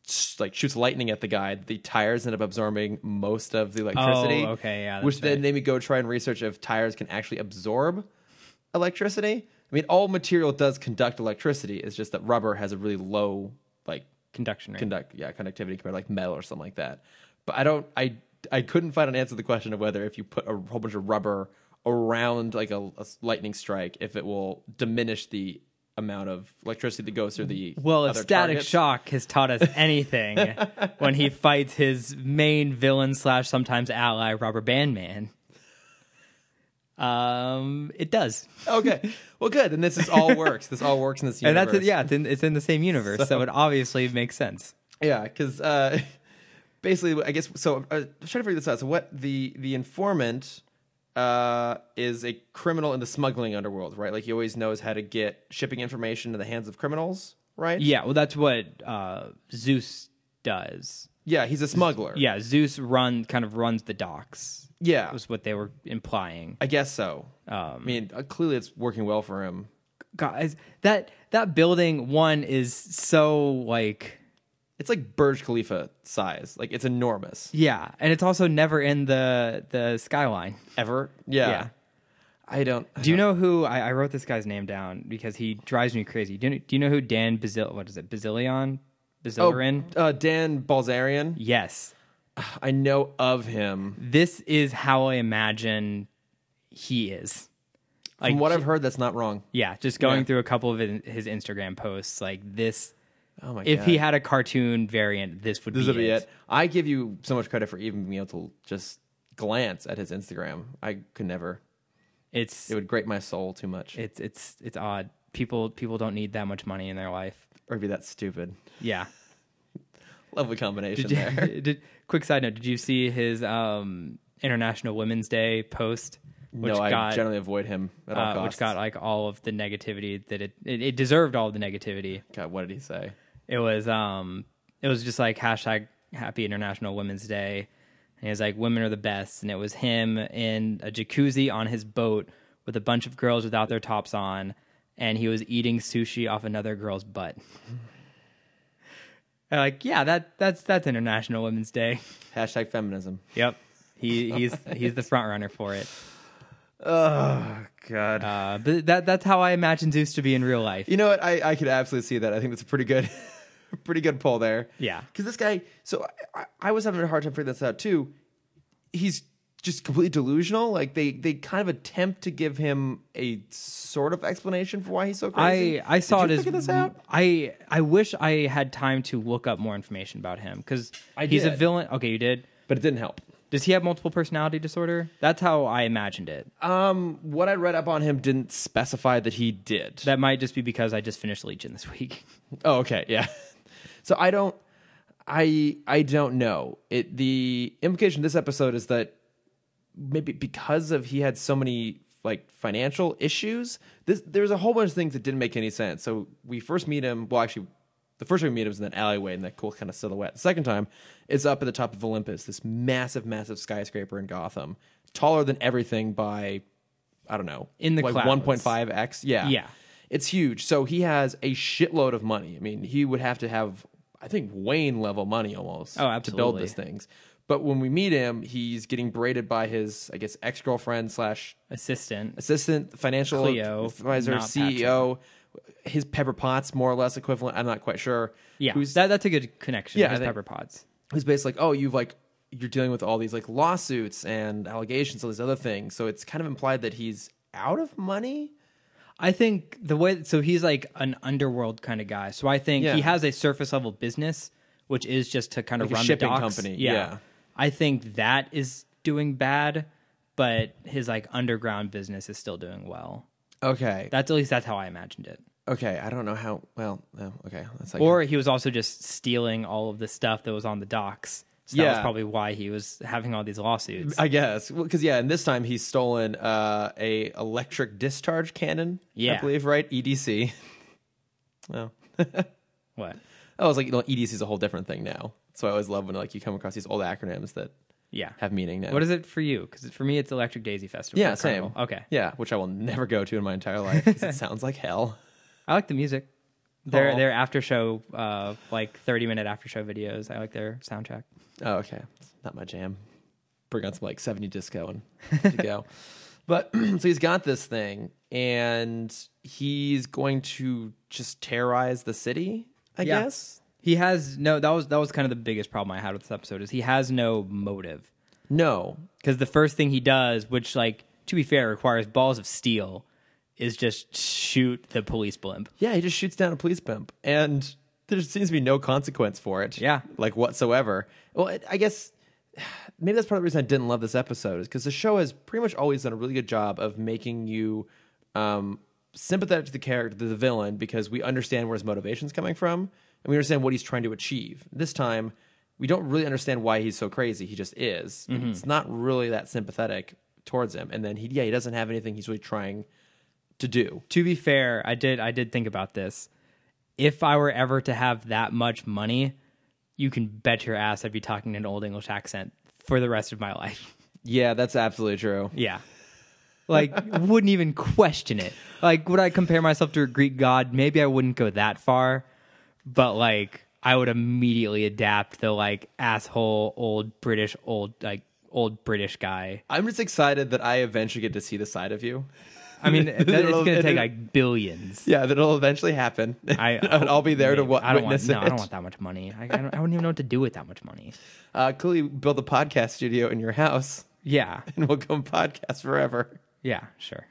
Speaker 1: sh- like shoots lightning at the guy, the tires end up absorbing most of the electricity.
Speaker 2: Oh, okay, yeah,
Speaker 1: Which
Speaker 2: that's
Speaker 1: then
Speaker 2: right.
Speaker 1: made me go try and research if tires can actually absorb electricity. I mean, all material does conduct electricity. It's just that rubber has a really low like
Speaker 2: Conduction rate.
Speaker 1: conduct yeah conductivity compared to like metal or something like that. But I don't I I couldn't find an answer to the question of whether if you put a whole bunch of rubber around like a, a lightning strike, if it will diminish the amount of electricity that goes through the
Speaker 2: Well, if
Speaker 1: other
Speaker 2: Static
Speaker 1: targets.
Speaker 2: Shock has taught us anything, when he fights his main villain slash sometimes ally, Robert Bandman, um, it does,
Speaker 1: Okay, well, good. And this is all works. This all works in this
Speaker 2: and
Speaker 1: universe.
Speaker 2: that's it, yeah, it's in, it's in the same universe, so, it obviously makes sense.
Speaker 1: Yeah, because uh, basically, I guess so. I was trying to figure this out. So, what the the informant uh, is a criminal in the smuggling underworld, right? Like he always knows how to get shipping information to the hands of criminals, right?
Speaker 2: Yeah, well, that's what uh, Zeus does.
Speaker 1: yeah. He's a smuggler.
Speaker 2: Yeah, Zeus run kind of runs the docks.
Speaker 1: yeah.
Speaker 2: was Um, what they were implying.
Speaker 1: I guess so. I mean, uh, clearly it's working well for him.
Speaker 2: Guys, that that building one is so like
Speaker 1: It's like Burj Khalifa size. Like it's enormous.
Speaker 2: yeah, and it's also never in the the skyline.
Speaker 1: Ever? Yeah.
Speaker 2: Yeah.
Speaker 1: I don't. I
Speaker 2: Do you know who I, I wrote this guy's name down because he drives me crazy. Do you, do you know who Dan Bazil? What is it? Bazillion?
Speaker 1: Oh,
Speaker 2: Bazilion?
Speaker 1: uh, Dan Balzarian.
Speaker 2: Yes.
Speaker 1: I know of him.
Speaker 2: This is how I imagine he is. Like
Speaker 1: From what
Speaker 2: he-
Speaker 1: I've heard, that's not wrong.
Speaker 2: yeah, just going
Speaker 1: Yeah.
Speaker 2: through a couple of his his Instagram posts, like this.
Speaker 1: Oh my god.
Speaker 2: If he had a cartoon variant, this would
Speaker 1: This
Speaker 2: be,
Speaker 1: will be it. I give you so much credit for even being able to just glance at his Instagram. I could never.
Speaker 2: It's
Speaker 1: It would grate my soul too much,
Speaker 2: it's it's it's odd. People people don't need that much money in their life.
Speaker 1: or be that stupid.
Speaker 2: Yeah.
Speaker 1: Lovely combination
Speaker 2: Did you-
Speaker 1: there.
Speaker 2: did- quick side note: Did you see his um, International Women's Day post? Which
Speaker 1: no, I
Speaker 2: got,
Speaker 1: generally avoid him at all
Speaker 2: uh,
Speaker 1: costs.
Speaker 2: which got like all of the negativity that it, it it deserved. All of the negativity.
Speaker 1: God, what did he say?
Speaker 2: It was um it was just like hashtag Happy International Women's Day, and it was like women are the best, and it was him in a jacuzzi on his boat with a bunch of girls without their tops on, and he was eating sushi off another girl's butt. And, like yeah, that that's that's International Women's Day.
Speaker 1: Hashtag feminism.
Speaker 2: Yep. He he's he's the front runner for it.
Speaker 1: Oh God.
Speaker 2: Uh, but that that's how I imagine Zeus to be in real life.
Speaker 1: you know what? I, I could absolutely see that. I think that's a pretty good, pretty good poll there.
Speaker 2: Yeah.
Speaker 1: Because this guy. So I, I- I was having a hard time figuring this out too. He's just completely delusional. Like they they kind of attempt to give him a sort of explanation for why he's so crazy.
Speaker 2: I I
Speaker 1: Did
Speaker 2: saw
Speaker 1: you
Speaker 2: it as
Speaker 1: figure this out.
Speaker 2: I I wish I had time to look up more information about him because
Speaker 1: I
Speaker 2: he's a
Speaker 1: did.
Speaker 2: villain. Okay, you did.
Speaker 1: but it didn't help.
Speaker 2: Does he have multiple personality disorder? That's how I imagined it.
Speaker 1: Um, what I read up on him didn't specify that he did.
Speaker 2: that might just be because I just finished Legion this week.
Speaker 1: oh, okay, yeah. So I don't, I I don't know. It the implication of this episode is that maybe because of he had so many like financial issues, this there's a whole bunch of things that didn't make any sense. So we first meet him. Well, actually, the first time we meet him is in that alleyway in that cool kind of silhouette. The second time is up at the top of Olympus, this massive, massive skyscraper in Gotham, taller than everything by I don't know
Speaker 2: In the
Speaker 1: like
Speaker 2: clouds.
Speaker 1: 1.5x. Yeah,
Speaker 2: Yeah.
Speaker 1: it's huge. So he has a shitload of money. I mean, he would have to have I think Wayne level money almost
Speaker 2: Oh,
Speaker 1: to build
Speaker 2: absolutely.
Speaker 1: this things. But when we meet him, he's getting berated by his, I guess, ex girlfriend slash
Speaker 2: Assistant.
Speaker 1: assistant, financial
Speaker 2: Cleo,
Speaker 1: advisor,
Speaker 2: not
Speaker 1: CEO, his Pepper Potts, more or less equivalent. I'm not quite sure.
Speaker 2: Yeah,
Speaker 1: Who's
Speaker 2: that, that's a good connection.
Speaker 1: Yeah,
Speaker 2: Yeah, his
Speaker 1: I think-
Speaker 2: pepper pods.
Speaker 1: who's basically like, oh, you've like you're dealing with all these like lawsuits and allegations, all these other things. So it's kind of implied that he's out of money.
Speaker 2: I think the way so he's like an underworld kind of guy. So I think
Speaker 1: Yeah.
Speaker 2: he has a surface level business, which is just to kind of
Speaker 1: Like a
Speaker 2: run
Speaker 1: shipping
Speaker 2: the docks.
Speaker 1: company, yeah.
Speaker 2: I think that is doing bad, but his like underground business is still doing well.
Speaker 1: Okay.
Speaker 2: That's at least that's how I imagined it.
Speaker 1: okay. I don't know how. Well, no, okay. That's like
Speaker 2: Or he was also just stealing all of the stuff that was on the docks. So that was
Speaker 1: Yeah.
Speaker 2: probably why he was having all these lawsuits.
Speaker 1: I guess because yeah, and this time he's stolen uh, a electric discharge cannon. I
Speaker 2: Yeah.
Speaker 1: believe right EDC. well,
Speaker 2: What?
Speaker 1: I was like, you know, EDC is a whole different thing now. So I always love when like you come across these old acronyms that
Speaker 2: Yeah.
Speaker 1: have meaning now.
Speaker 2: What is it for you? Because for me, it's Electric Daisy Festival.
Speaker 1: Yeah, same.
Speaker 2: Carnival. Okay.
Speaker 1: Yeah, which I will never go to in my entire life 'cause it sounds like hell.
Speaker 2: I like the music. Their
Speaker 1: Aw.
Speaker 2: their after show, uh, like thirty minute after show videos. I like their soundtrack.
Speaker 1: Oh, okay. It's not my jam. Bring on some like 70 disco and good to go. But so he's got this thing and he's going to just terrorize the city, I
Speaker 2: Yeah.
Speaker 1: guess.
Speaker 2: He has no. That was that was kind of the biggest problem I had with this episode is he has no motive
Speaker 1: No.
Speaker 2: because the first thing he does, which like to be fair requires balls of steel, is just shoot the police blimp.
Speaker 1: Yeah, he just shoots down a police blimp and there seems to be no consequence for it.
Speaker 2: Yeah.
Speaker 1: Like whatsoever. Well, it, I guess maybe that's part of the reason I didn't love this episode is because the show has pretty much always done a really good job of making you um, sympathetic to the character, to the villain, because we understand where his motivation's coming from and we understand what he's trying to achieve. This time, we don't really understand why he's so crazy. He just is. It's not really that sympathetic towards him. And then he, yeah, he doesn't have anything he's really trying to do.
Speaker 2: To be fair, I did I did think about this. If I were ever to have that much money, you can bet your ass I'd be talking in an old English accent for the rest of my life.
Speaker 1: Yeah, that's absolutely true.
Speaker 2: Yeah. Like, wouldn't even question it. Like, would I compare myself to a Greek god? Maybe I wouldn't go that far, but like, I would immediately adapt the like asshole old British old like old British guy.
Speaker 1: I'm just excited that I eventually get to see the side of you.
Speaker 2: I mean, that, it's
Speaker 1: It'll-
Speaker 2: gonna take
Speaker 1: it'll-
Speaker 2: like billions.
Speaker 1: Yeah, that'll eventually happen.
Speaker 2: I oh,
Speaker 1: and I'll be there to wa-
Speaker 2: I don't
Speaker 1: witness
Speaker 2: want, No,
Speaker 1: it.
Speaker 2: I don't want that much money. I, I, don't, I wouldn't even know what to do with that much money.
Speaker 1: Uh, clearly, build a podcast studio in your house,
Speaker 2: Yeah,
Speaker 1: and we'll go and podcast forever.
Speaker 2: yeah, sure.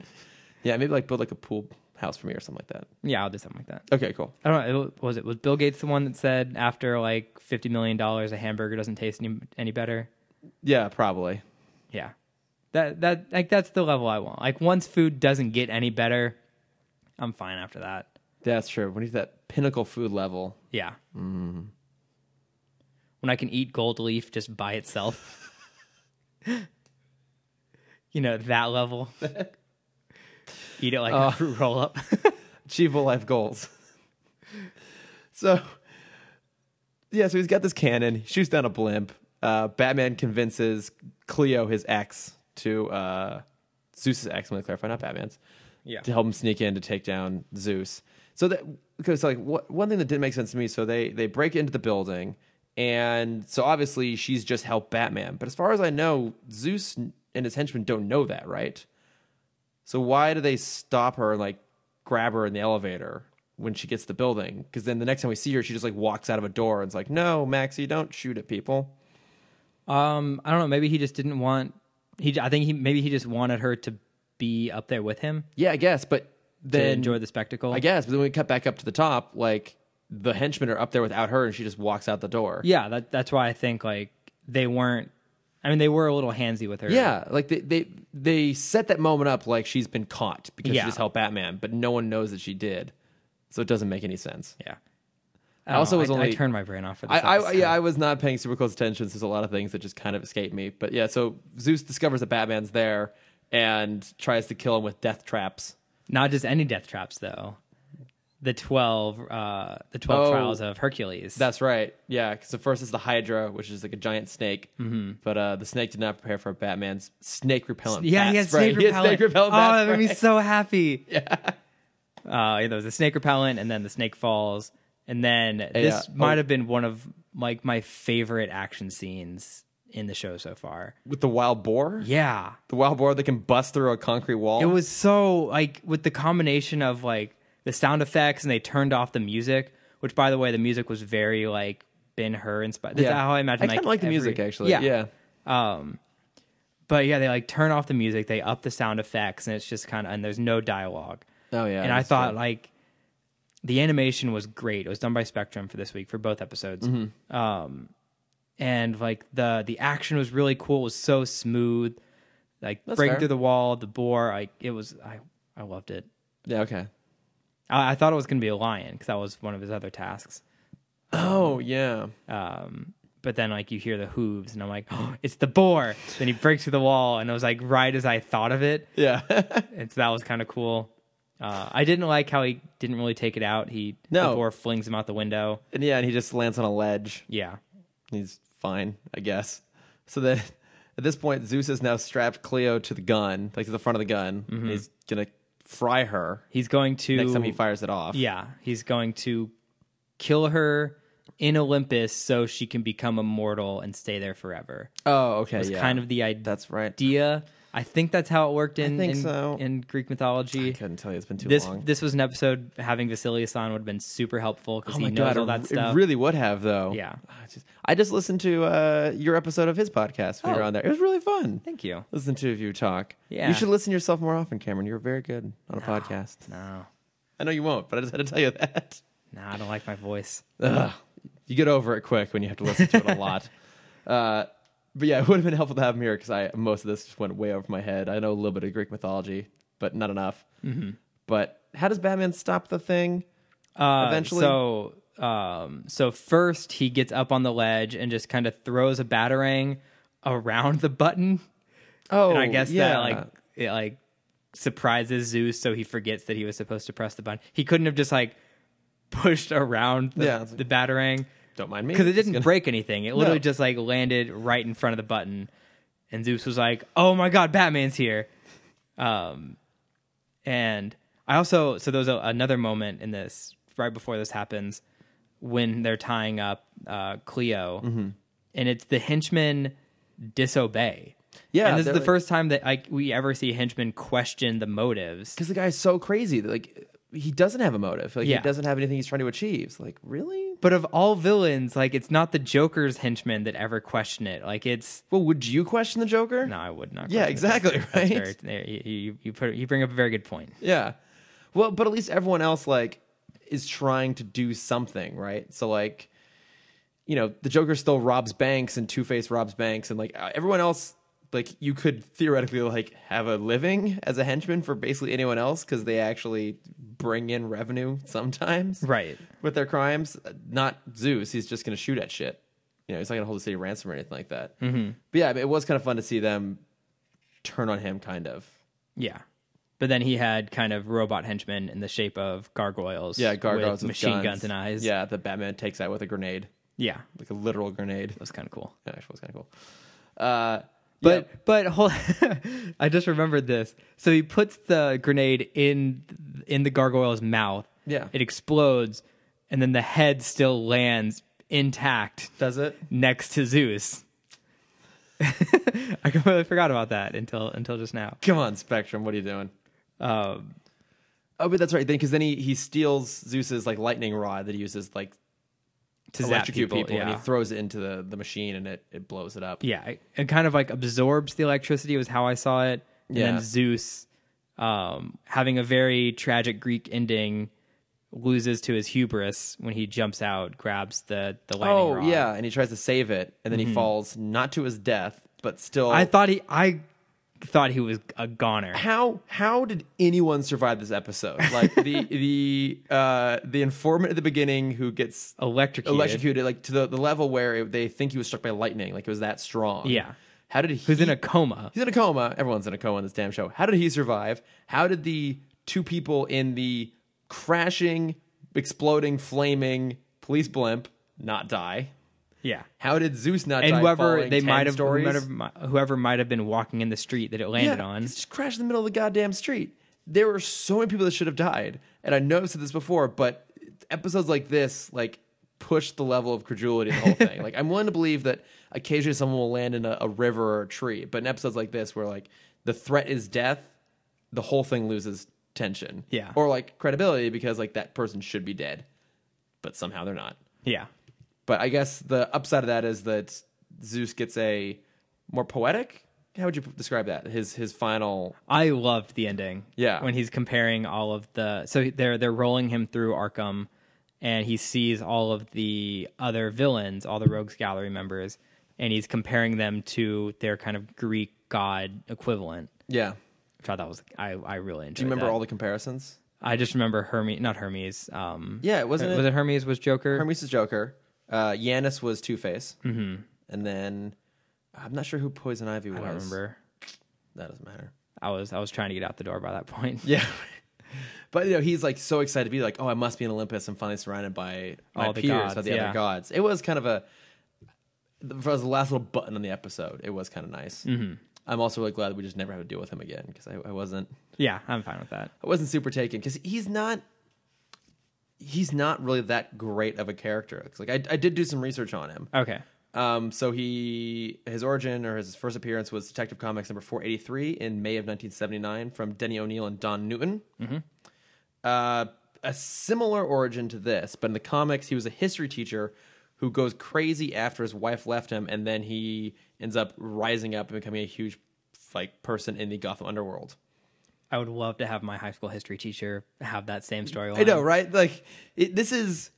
Speaker 1: Yeah, maybe like build like a pool house for me or something like that.
Speaker 2: Yeah, I'll do something like that.
Speaker 1: Okay, cool.
Speaker 2: I don't know. It, was it was Bill Gates the one that said after like fifty million dollars, a hamburger doesn't taste any any better?
Speaker 1: Yeah, probably.
Speaker 2: Yeah, that that like that's the level I want. Like once food doesn't get any better, I'm fine after that.
Speaker 1: That's true. We need that pinnacle food level.
Speaker 2: Yeah. When I can eat gold leaf just by itself. you know that level. eat it like a fruit roll up.
Speaker 1: achievable life goals. so, yeah, so he's got this cannon. He shoots down a blimp. Uh, Batman convinces Cleo, his ex, to uh, Zeus's ex. I'm going to clarify, not Batman's.
Speaker 2: Yeah. Um,
Speaker 1: To help him sneak in to take down Zeus. So that because like what, one thing that didn't make sense to me. So they they break into the building, and so obviously she's just helped Batman. But as far as I know, Zeus and his henchmen don't know that, right? So why do they stop her and like grab her in the elevator when she gets to the building? Because then the next time we see her, she just like walks out of a door and it's like, "No, Maxie, don't shoot at people."
Speaker 2: Um, I don't know. Maybe he just didn't want. He, I think he maybe he just wanted her to be up there with him
Speaker 1: Yeah, I guess, but
Speaker 2: to
Speaker 1: then
Speaker 2: enjoy the spectacle.
Speaker 1: I guess, but then we cut back up to the top, like the henchmen are up there without her, and she just walks out the door.
Speaker 2: Yeah, that that's why I think like they weren't. I mean, they were a little handsy with her.
Speaker 1: Yeah, like they they they set that moment up like she's been caught because
Speaker 2: Yeah.
Speaker 1: she just helped Batman, but no one knows that she did, so it doesn't make any sense.
Speaker 2: yeah.
Speaker 1: I also was
Speaker 2: Oh, I,
Speaker 1: only
Speaker 2: I turned my brain off for this.
Speaker 1: I, I
Speaker 2: episode.
Speaker 1: yeah, I was not paying super close attention. So there's a lot of things that just kind of escaped me. But yeah, so Zeus discovers that Batman's there and tries to kill him with death traps.
Speaker 2: Not just any death traps though. The twelve, uh, the twelve
Speaker 1: Oh.
Speaker 2: trials of Hercules.
Speaker 1: That's right. Yeah, because the first is the Hydra, which is like a giant snake. Mm-hmm. But uh, the snake did not prepare for Batman's snake repellent.
Speaker 2: yeah,
Speaker 1: bat
Speaker 2: he has
Speaker 1: spray.
Speaker 2: snake
Speaker 1: He
Speaker 2: repellent.
Speaker 1: snake repellent.
Speaker 2: oh,
Speaker 1: bat
Speaker 2: that made me
Speaker 1: spray.
Speaker 2: so happy. Yeah. Uh, yeah, there was a snake repellent, and then the snake falls, and then this
Speaker 1: Yeah.
Speaker 2: might
Speaker 1: Oh.
Speaker 2: have been one of like my favorite action scenes in the show so far.
Speaker 1: with the wild boar.
Speaker 2: Yeah.
Speaker 1: The wild boar that can bust through a concrete wall.
Speaker 2: It was so like with the combination of like the sound effects and they turned off the music, which by the way the music was very like been her inspired. That's how I imagine.
Speaker 1: I
Speaker 2: like,
Speaker 1: kind of like the
Speaker 2: every-
Speaker 1: music actually. Yeah. yeah.
Speaker 2: Um, but yeah, they like turn off the music, they up the sound effects, and it's just kind of and there's no dialogue.
Speaker 1: Oh, yeah,
Speaker 2: And I
Speaker 1: that's
Speaker 2: thought
Speaker 1: true.
Speaker 2: like the animation was great. It was done by Spectrum for this week for both episodes.
Speaker 1: Mm-hmm.
Speaker 2: Um, and like the the action was really cool. It was so smooth. Like
Speaker 1: That's
Speaker 2: breaking
Speaker 1: fair.
Speaker 2: through the wall, the boar. Like it was. I I loved it.
Speaker 1: Okay.
Speaker 2: I, I thought it was gonna be a lion because that was one of his other tasks.
Speaker 1: Oh yeah.
Speaker 2: Um, but then like you hear the hooves, and I'm like, oh, it's the boar. Then he breaks through the wall, and it was like right as I thought of it,
Speaker 1: Yeah.
Speaker 2: and so that was kind of cool. Uh, I didn't like how he didn't really take it out. He
Speaker 1: No.
Speaker 2: the boar flings him out the window.
Speaker 1: and yeah, and he just lands on a ledge.
Speaker 2: Yeah,
Speaker 1: He's fine, I guess. So then at this point, Zeus has now strapped Cleo to the gun, like to the front of the gun.
Speaker 2: Mm-hmm.
Speaker 1: and He's gonna fry her
Speaker 2: he's going to
Speaker 1: next time he fires it off.
Speaker 2: Yeah, he's going to kill her in Olympus so she can become immortal and stay there forever.
Speaker 1: Oh, okay.
Speaker 2: That's
Speaker 1: yeah.
Speaker 2: kind of the idea.
Speaker 1: That's right.
Speaker 2: I think that's how it worked in
Speaker 1: think
Speaker 2: in,
Speaker 1: so.
Speaker 2: in Greek
Speaker 1: I
Speaker 2: mythology.
Speaker 1: couldn't tell you. It's been too
Speaker 2: this
Speaker 1: long.
Speaker 2: this was an episode having Vasilius on would have been super helpful because
Speaker 1: oh
Speaker 2: he
Speaker 1: my
Speaker 2: knows
Speaker 1: god,
Speaker 2: all
Speaker 1: it-
Speaker 2: that
Speaker 1: it
Speaker 2: stuff.
Speaker 1: really would have though.
Speaker 2: Yeah.
Speaker 1: I just, I just listened to uh, your episode of his podcast when you were
Speaker 2: Oh.
Speaker 1: on there. It was really fun.
Speaker 2: Thank you.
Speaker 1: Listen to you talk.
Speaker 2: Yeah.
Speaker 1: You should listen to yourself more often, Cameron. You're very good on a podcast.
Speaker 2: No,
Speaker 1: I know you won't, but I just had to tell you that.
Speaker 2: no, I don't like my voice.
Speaker 1: Ugh. You get over it quick when you have to listen to it a lot. Uh, but yeah, it would have been helpful to have him here because I most of this just went way over my head. I know a little bit of Greek mythology, but not enough.
Speaker 2: Mm-hmm.
Speaker 1: But how does Batman stop the thing?
Speaker 2: Uh,
Speaker 1: Eventually-
Speaker 2: So, um, so first he gets up on the ledge and just kind of throws a batarang around the button,
Speaker 1: Oh,
Speaker 2: and I guess that like it like surprises Zeus, so he forgets that he was supposed to press the button. He couldn't have just like pushed around the,
Speaker 1: Yeah, it's like-
Speaker 2: the batarang
Speaker 1: don't mind me
Speaker 2: because it
Speaker 1: Just
Speaker 2: didn't
Speaker 1: gonna-
Speaker 2: break anything. It literally
Speaker 1: No.
Speaker 2: just like landed right in front of the button, and Zeus was like, "Oh my god, Batman's here!" Um, and I also so there was a, another moment in this right before this happens when they're tying up uh, Cleo, and it's the henchmen disobey.
Speaker 1: Yeah,
Speaker 2: and this is
Speaker 1: they're
Speaker 2: the
Speaker 1: like-
Speaker 2: first time that like we ever see henchmen question the motives.
Speaker 1: because the guy's so crazy that like he doesn't have a motive like
Speaker 2: Yeah.
Speaker 1: he doesn't have anything he's trying to achieve it's like really
Speaker 2: But of all villains, like it's not the Joker's henchmen that ever question it. Like it's
Speaker 1: well would you question the joker
Speaker 2: No, I would not.
Speaker 1: Yeah,
Speaker 2: question
Speaker 1: exactly,
Speaker 2: that. That's
Speaker 1: right?
Speaker 2: very- you- you, you put you bring up a very good point.
Speaker 1: yeah well but at least everyone else like is trying to do something right so like you know the joker still robs banks and two-face robs banks and like uh, everyone else like you could theoretically like have a living as a henchman for basically anyone else because they actually bring in revenue sometimes
Speaker 2: Right.
Speaker 1: with their crimes. Uh, Not Zeus. He's just going to shoot at shit. You know, he's not going to hold the city ransom or anything like that. Mm-hmm. But yeah, I mean, it was kind of fun to see them turn on him, kind of.
Speaker 2: Yeah. But then he had kind of robot henchmen in the shape of gargoyles.
Speaker 1: Yeah, gargoyles with,
Speaker 2: machine guns. and eyes.
Speaker 1: Yeah, the Batman takes out with a grenade,
Speaker 2: yeah, it
Speaker 1: like a literal grenade.
Speaker 2: was kind of cool.
Speaker 1: That actually was kind of cool. Uh, but
Speaker 2: But but hold, I just remembered this. So he puts the grenade in in the gargoyle's mouth.
Speaker 1: Yeah.
Speaker 2: it explodes, and then the head still lands intact
Speaker 1: does it?
Speaker 2: next to Zeus. I completely forgot about that until until just now.
Speaker 1: Come on, Spectrum. What are you doing?
Speaker 2: Um,
Speaker 1: Oh, but that's right. Then because then he he steals Zeus's like lightning rod that he uses like
Speaker 2: to zap
Speaker 1: electrocute people,
Speaker 2: yeah.
Speaker 1: and he throws it into the, the machine and it, it blows it up.
Speaker 2: yeah, and kind of like absorbs the electricity was how I saw it. And
Speaker 1: Yeah.
Speaker 2: then Zeus, um, having a very tragic Greek ending, loses to his hubris when he jumps out, grabs the the lightning
Speaker 1: Oh
Speaker 2: rod.
Speaker 1: yeah, and he tries to save it, and then he falls not to his death, but still.
Speaker 2: Mm-hmm. I thought he, I thought he was a goner.
Speaker 1: how how did anyone survive this episode? Like the the uh, the informant at the beginning who gets
Speaker 2: Electrocuted.
Speaker 1: electrocuted, like to the, the level where it, they think he was struck by lightning, like it was that strong.
Speaker 2: Yeah.
Speaker 1: How did he?
Speaker 2: Who's in a coma?
Speaker 1: He's in a coma. Everyone's in a coma in this damn show. How did he survive? How did the two people in the crashing, exploding, flaming police blimp not die?
Speaker 2: Yeah.
Speaker 1: How did Zeus not
Speaker 2: And
Speaker 1: die?
Speaker 2: whoever
Speaker 1: falling
Speaker 2: they
Speaker 1: 10
Speaker 2: might have,
Speaker 1: stories?
Speaker 2: whoever might- whoever might have been walking in the street that it landed
Speaker 1: yeah,
Speaker 2: on.
Speaker 1: it's Just crashed in the middle of the goddamn street. There were so many people that should have died, and I know I've said this before, but episodes like this like push the level of credulity in the whole thing. like I'm willing to believe that occasionally someone will land in a, a river or a tree, but in episodes like this where like the threat is death, the whole thing loses tension,
Speaker 2: Yeah.
Speaker 1: or like credibility because like that person should be dead, but somehow they're not.
Speaker 2: Yeah.
Speaker 1: But I guess the upside of that is that Zeus gets a more poetic. How would you p- describe that? His his final
Speaker 2: I loved the ending.
Speaker 1: Yeah.
Speaker 2: When he's comparing all of the so they're they're rolling him through Arkham and he sees all of the other villains, all the Rogues Gallery members, and he's comparing them to their kind of Greek god equivalent.
Speaker 1: yeah.
Speaker 2: Which I thought was I, I really enjoyed.
Speaker 1: Do you remember
Speaker 2: that.
Speaker 1: all the comparisons?
Speaker 2: I just remember Hermes not Hermes. Um
Speaker 1: Yeah, it wasn't.
Speaker 2: was it Hermes was Joker?
Speaker 1: Hermes is Joker. Uh, Yanis was Two Face. Mm-hmm. And then I'm not sure who Poison Ivy was.
Speaker 2: I don't remember.
Speaker 1: That doesn't matter.
Speaker 2: I was I was trying to get out the door by that point.
Speaker 1: Yeah. But you know he's like so excited to be like, oh, I must be in Olympus. I'm finally surrounded by my
Speaker 2: All the
Speaker 1: peers,
Speaker 2: gods,
Speaker 1: by the
Speaker 2: yeah.
Speaker 1: other gods. It was kind of a for us, the last little button on the episode. It was kind of nice. Mm-hmm. I'm also really glad that we just never have to deal with him again because I, I wasn't
Speaker 2: Yeah, I'm fine with that.
Speaker 1: I wasn't super taken because he's not he's not really that great of a character. It's like I, I did do some research on him.
Speaker 2: Okay.
Speaker 1: Um, so he his origin or his first appearance was Detective Comics number 483 in May of 1979 from Denny O'Neil and Don Newton. Uh, a similar origin to this, but in the comics, he was a history teacher who goes crazy after his wife left him, and then he ends up rising up and becoming a huge like person in the Gotham underworld.
Speaker 2: I would love to have my high school history teacher have that same storyline.
Speaker 1: I know, right? Like it, this is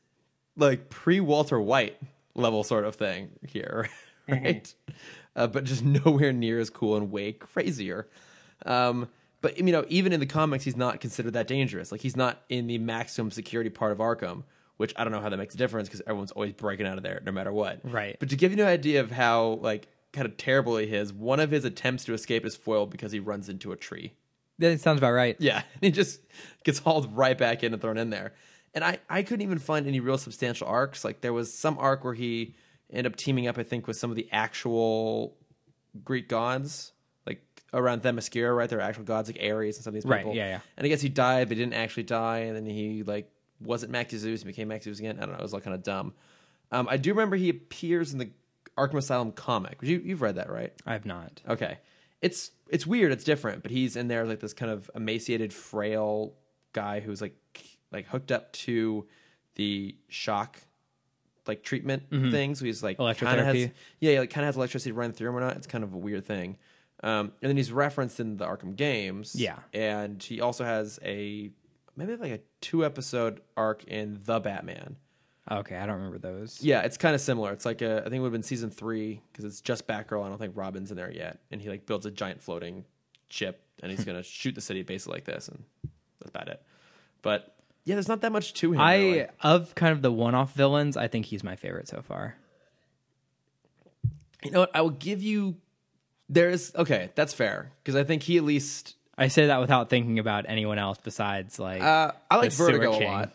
Speaker 1: like pre Walter White level sort of thing here, right?
Speaker 2: Mm-hmm.
Speaker 1: Uh, but just nowhere near as cool and way crazier. Um, but you know, even in the comics, he's not considered that dangerous. Like he's not in the maximum security part of Arkham, which I don't know how that makes a difference because everyone's always breaking out of there no matter what.
Speaker 2: Right.
Speaker 1: But to give you an idea of how like kind of terrible he is, one of his attempts to escape is foiled because he runs into a tree.
Speaker 2: That sounds about right.
Speaker 1: Yeah, and he just gets hauled right back in and thrown in there. And I, I couldn't even find any real substantial arcs. Like there was some arc where he ended up teaming up, I think, with some of the actual Greek gods, like around Themyscira, right? They're actual gods like Ares and some of these
Speaker 2: Right,
Speaker 1: people.
Speaker 2: yeah, yeah.
Speaker 1: And I guess he died, but he didn't actually die. And then he like wasn't Max Zeus and became Max Zeus again. I don't know. It was all kind of dumb. Um, I do remember he appears in the Arkham Asylum comic. You, you've read that, right?
Speaker 2: I have not.
Speaker 1: Okay. It's it's weird, it's different, but he's in there as, like this kind of emaciated, frail guy who's like like hooked up to the shock like treatment thing. So he's like kind of has
Speaker 2: Mm-hmm. Electrotherapy.
Speaker 1: yeah, he, like kind of has electricity run through him or not. It's kind of a weird thing. Um, and then he's referenced in the Arkham games.
Speaker 2: Yeah.
Speaker 1: And he also has a maybe like a two episode arc in The Batman.
Speaker 2: Okay, I don't remember those.
Speaker 1: Yeah, it's kind of similar. It's like a, I think it would have been season three because it's just Batgirl. I don't think Robin's in there yet, and he like builds a giant floating ship, and he's gonna shoot the city basically like this, and that's about it. But yeah, there's not that much to him. really.
Speaker 2: I of kind of the one-off villains, I think he's my favorite so far.
Speaker 1: you know what? I will give you. There is okay, that's fair because I think he at least
Speaker 2: I say that without thinking about anyone else besides like.
Speaker 1: uh, I like
Speaker 2: The Sewer
Speaker 1: Vertigo a
Speaker 2: King.
Speaker 1: lot.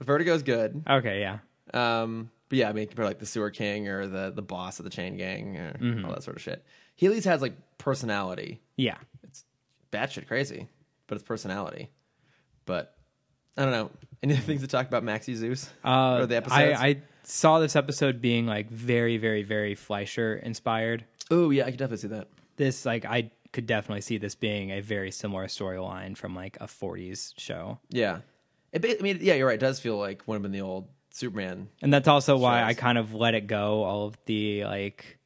Speaker 1: Vertigo's good.
Speaker 2: okay, yeah,
Speaker 1: Um, but yeah, I mean, compared to, like the sewer king or the the boss of the chain gang or
Speaker 2: Mm-hmm.
Speaker 1: all that sort of shit. He at least has like personality.
Speaker 2: yeah.
Speaker 1: it's batshit crazy, but it's personality. But I don't know. Any other things to talk about Maxi Zeus
Speaker 2: Uh,
Speaker 1: or the
Speaker 2: I,
Speaker 1: episodes?
Speaker 2: I saw this episode being like very, very, very Fleischer inspired.
Speaker 1: oh yeah, I can definitely see that.
Speaker 2: This like I could definitely see this being a very similar storyline from like a '40s show.
Speaker 1: Yeah, it, ba- I mean, yeah, you're right. It does feel like one of them in the old Superman.
Speaker 2: and that's also why
Speaker 1: Shows.
Speaker 2: I kind of let it go. All of the like,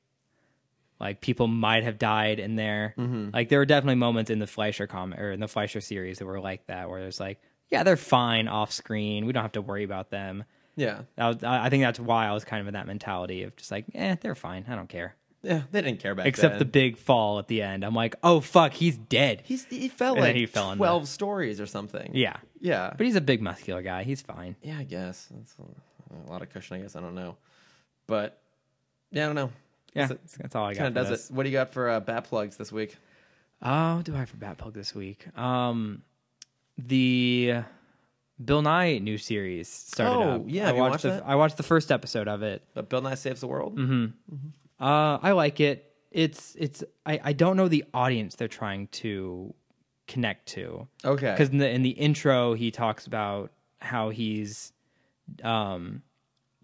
Speaker 2: like people might have died in there.
Speaker 1: Mm-hmm.
Speaker 2: Like there were definitely moments in the Fleischer comic or in the Fleischer series that were like that, where there's like, yeah, they're fine off screen. We don't have to worry about them.
Speaker 1: Yeah,
Speaker 2: That was, I I think that's why I was kind of in that mentality of just like, eh, they're fine. I don't care.
Speaker 1: yeah, they didn't care back
Speaker 2: Except the
Speaker 1: then.
Speaker 2: big fall at the end. I'm like, oh fuck, he's dead.
Speaker 1: he's he felt
Speaker 2: And then
Speaker 1: like
Speaker 2: he fell in
Speaker 1: twelve stories or something.
Speaker 2: yeah,
Speaker 1: yeah,
Speaker 2: but he's a big muscular guy. He's fine.
Speaker 1: yeah. I guess that's a, a lot of cushion. I guess I don't know, but yeah, I don't know.
Speaker 2: Yeah, that's, all I got.
Speaker 1: Kind of
Speaker 2: for
Speaker 1: does
Speaker 2: this.
Speaker 1: it. What do you got for uh, bat plugs this week?
Speaker 2: Oh, do I have for Batplug this week? Um, the Bill Nye new series started
Speaker 1: Oh,
Speaker 2: up.
Speaker 1: yeah,
Speaker 2: I
Speaker 1: have you
Speaker 2: watched,
Speaker 1: watched
Speaker 2: the
Speaker 1: that?
Speaker 2: I watched the first episode of it.
Speaker 1: But Bill Nye saves the world.
Speaker 2: Mm-hmm. Uh, I like it. It's it's I, I don't know the audience they're trying to connect to.
Speaker 1: Okay.
Speaker 2: Because in the in the intro he talks about how he's um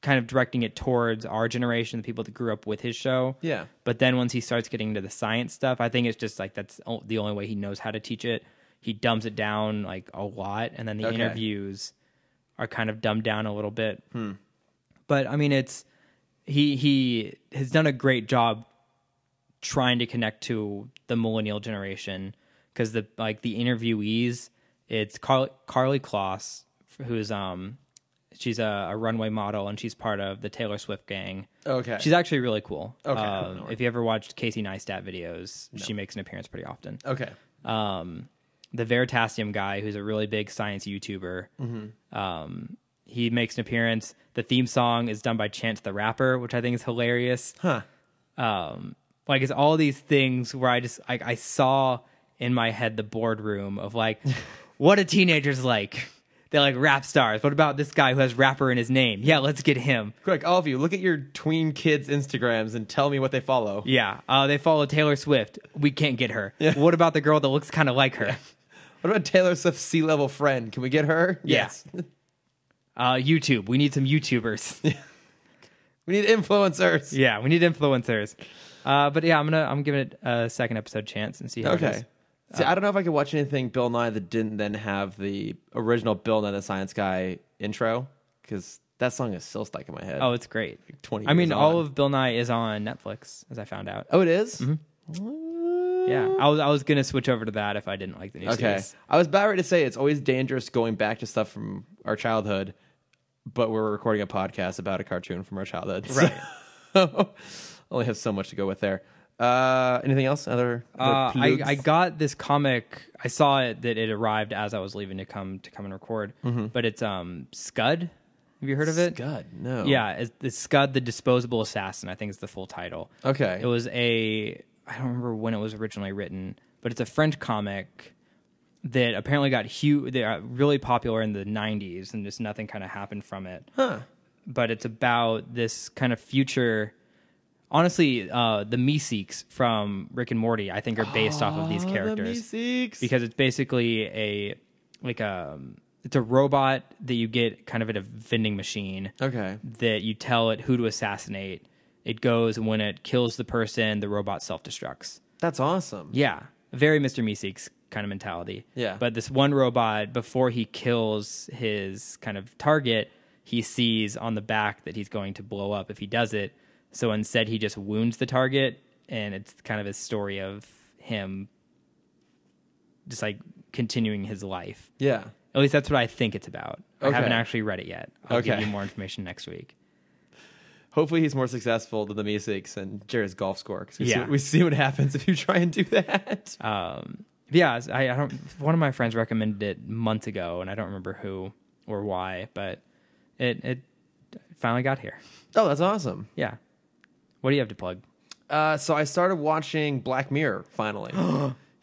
Speaker 2: kind of directing it towards our generation, the people that grew up with his show.
Speaker 1: Yeah.
Speaker 2: But then once he starts getting into the science stuff, I think it's just like that's o- the only way he knows how to teach it. He dumbs it down like a lot, and then the
Speaker 1: Okay. Hmm.
Speaker 2: interviews are kind of dumbed down a little bit. But I mean, it's he he has done a great job trying to connect to the millennial generation because the like the interviewees it's Carly, Carly Kloss who's um she's a, a runway model and she's part of the Taylor Swift gang.
Speaker 1: Okay.
Speaker 2: she's actually really cool.
Speaker 1: Okay,
Speaker 2: Um,
Speaker 1: no
Speaker 2: if you ever watched Casey Neistat videos, she makes an appearance pretty often
Speaker 1: Okay.
Speaker 2: um, the Veritasium guy, who's a really big science YouTuber. Um, he makes an appearance. The theme song is done by Chance the Rapper, which I think is hilarious.
Speaker 1: Huh.
Speaker 2: Um, like it's all these things where I just I, I saw in my head the boardroom of like what a teenager's like. They're like rap stars. What about this guy who has rapper in his name? Yeah, let's get him.
Speaker 1: Quick, all of you, look at your tween kids' Instagrams and tell me what they follow.
Speaker 2: Yeah, uh, they follow Taylor Swift. We can't get her. What about the girl that looks kind of like her?
Speaker 1: What about Taylor Swift's sea level friend? Can we get her?
Speaker 2: Yeah. Uh, YouTube. We need some YouTubers.
Speaker 1: we need influencers.
Speaker 2: Yeah, we need influencers. Uh, but yeah, I'm gonna I'm giving it a second episode chance and see how it
Speaker 1: Okay.
Speaker 2: is.
Speaker 1: See, I don't know if I could watch anything Bill Nye that didn't then have the original Bill Nye the Science Guy intro because that song is still stuck in my head.
Speaker 2: Oh, it's great.
Speaker 1: 20
Speaker 2: I mean,
Speaker 1: years on.
Speaker 2: all of Mm-hmm. Bill Nye is on Netflix, as I found out. Oh,
Speaker 1: oh, it is?
Speaker 2: Yeah, I was I was gonna switch over to that if I didn't like the new
Speaker 1: Okay.
Speaker 2: series.
Speaker 1: I was about ready to say it's always dangerous going back to stuff from our childhood, but we're recording a podcast about a cartoon from our childhood. Right. only have so much to go with there. Uh, anything else? Other, other
Speaker 2: Uh, I,
Speaker 1: plugs?
Speaker 2: I got this comic. I saw it that it arrived as I was leaving to come to come and record.
Speaker 1: Mm-hmm.
Speaker 2: But it's um Scud. Have you heard of it?
Speaker 1: God, no.
Speaker 2: Yeah, it's, it's Scud the Disposable Assassin. I think is the full title.
Speaker 1: Okay.
Speaker 2: It was a I don't remember when it was originally written, but it's a French comic that apparently got huge. They got really popular in the '90s, and just nothing kind of happened from it. Huh. But it's about this kind of future. Honestly, uh, the Meeseeks from Rick and Morty, I think, are based off of these characters because it's basically a like a it's a robot that you get kind of at a vending machine
Speaker 1: Okay.
Speaker 2: that you tell it who to assassinate. It goes and when it kills the person, the robot self destructs.
Speaker 1: That's awesome.
Speaker 2: Yeah, very Mr. Meeseeks kind of mentality.
Speaker 1: Yeah.
Speaker 2: But this one robot, before he kills his kind of target, he sees on the back that he's going to blow up if he does it. So instead, he just wounds the target, and it's kind of a story of him just like continuing his life.
Speaker 1: Yeah.
Speaker 2: At least that's what I think it's about. I
Speaker 1: Okay.
Speaker 2: haven't actually read it yet. I'll give
Speaker 1: Okay.
Speaker 2: you more information next week.
Speaker 1: Hopefully he's more successful than the Meeseeks and Jared's golf score. 'cause we,
Speaker 2: Yeah.
Speaker 1: see, we see what happens if you try and do that.
Speaker 2: Um, yeah, I, I don't. One of my friends recommended it months ago, and I don't remember who or why, but it it finally got here.
Speaker 1: Oh, that's awesome.
Speaker 2: Yeah. What do you have to plug?
Speaker 1: Uh, so I started watching Black Mirror finally.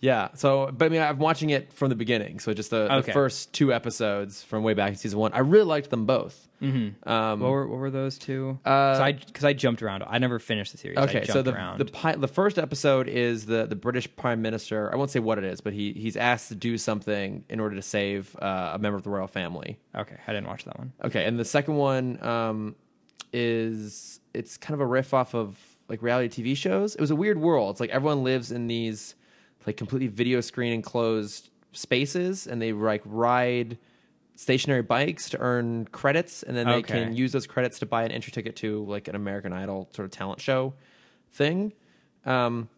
Speaker 1: yeah. So, but I mean, I'm watching it from the beginning. So just the,
Speaker 2: Okay.
Speaker 1: the first two episodes from way back in season one. I really liked them both. Mm-hmm. Um, uh,
Speaker 2: What were what were those two? Because I because I jumped around. I never finished the series. I
Speaker 1: okay.
Speaker 2: jumped
Speaker 1: So the
Speaker 2: around.
Speaker 1: the pi- the first episode is the the British Prime Minister. I won't say what it is, but he he's asked to do something in order to save uh, a member of the royal family.
Speaker 2: okay, I didn't watch that one.
Speaker 1: Okay, and the second one um, is it's kind of a riff off of like reality TV shows. It was a weird world. It's like everyone lives in these like completely video screen enclosed spaces, and they like ride stationary bikes to earn credits, and then they
Speaker 2: Okay.
Speaker 1: can use those credits to buy an entry ticket to like an American Idol sort of talent show thing. Um,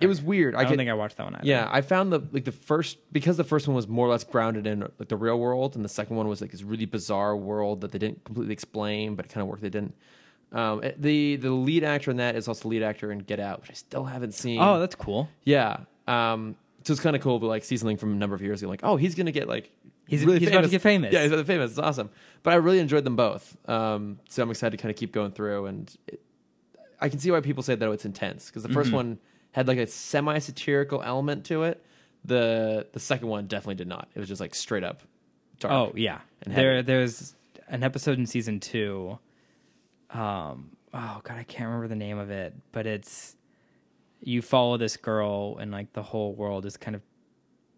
Speaker 1: it was weird.
Speaker 2: I, don't
Speaker 1: could-
Speaker 2: think I watched that one. Either.
Speaker 1: yeah, I found the like the first because the first one was more or less grounded in like the real world, and the second one was like this really bizarre world that they didn't completely explain, but it kind of worked. They didn't. Um, it- the the lead actor in that is also the lead actor in Get Out, which I still haven't seen.
Speaker 2: Oh, that's cool.
Speaker 1: yeah. Um, so it's kind of cool, but like see something from a number of years ago, like oh, he's gonna get like
Speaker 2: He's- he's about to get famous.
Speaker 1: Yeah, he's about to get famous. It's awesome. But I really enjoyed them both. Um, so I'm excited to kind of keep going through, and it, I can see why people say that it's intense because the 1st
Speaker 2: Mm-hmm.
Speaker 1: one had like a semi satirical element to it. The the second one definitely did not. It was just like straight up. Dark.
Speaker 2: Oh yeah.
Speaker 1: And
Speaker 2: there
Speaker 1: heavy.
Speaker 2: there's an episode in season two. Um oh god, I can't remember the name of it, but it's you follow this girl and like the whole world is kind of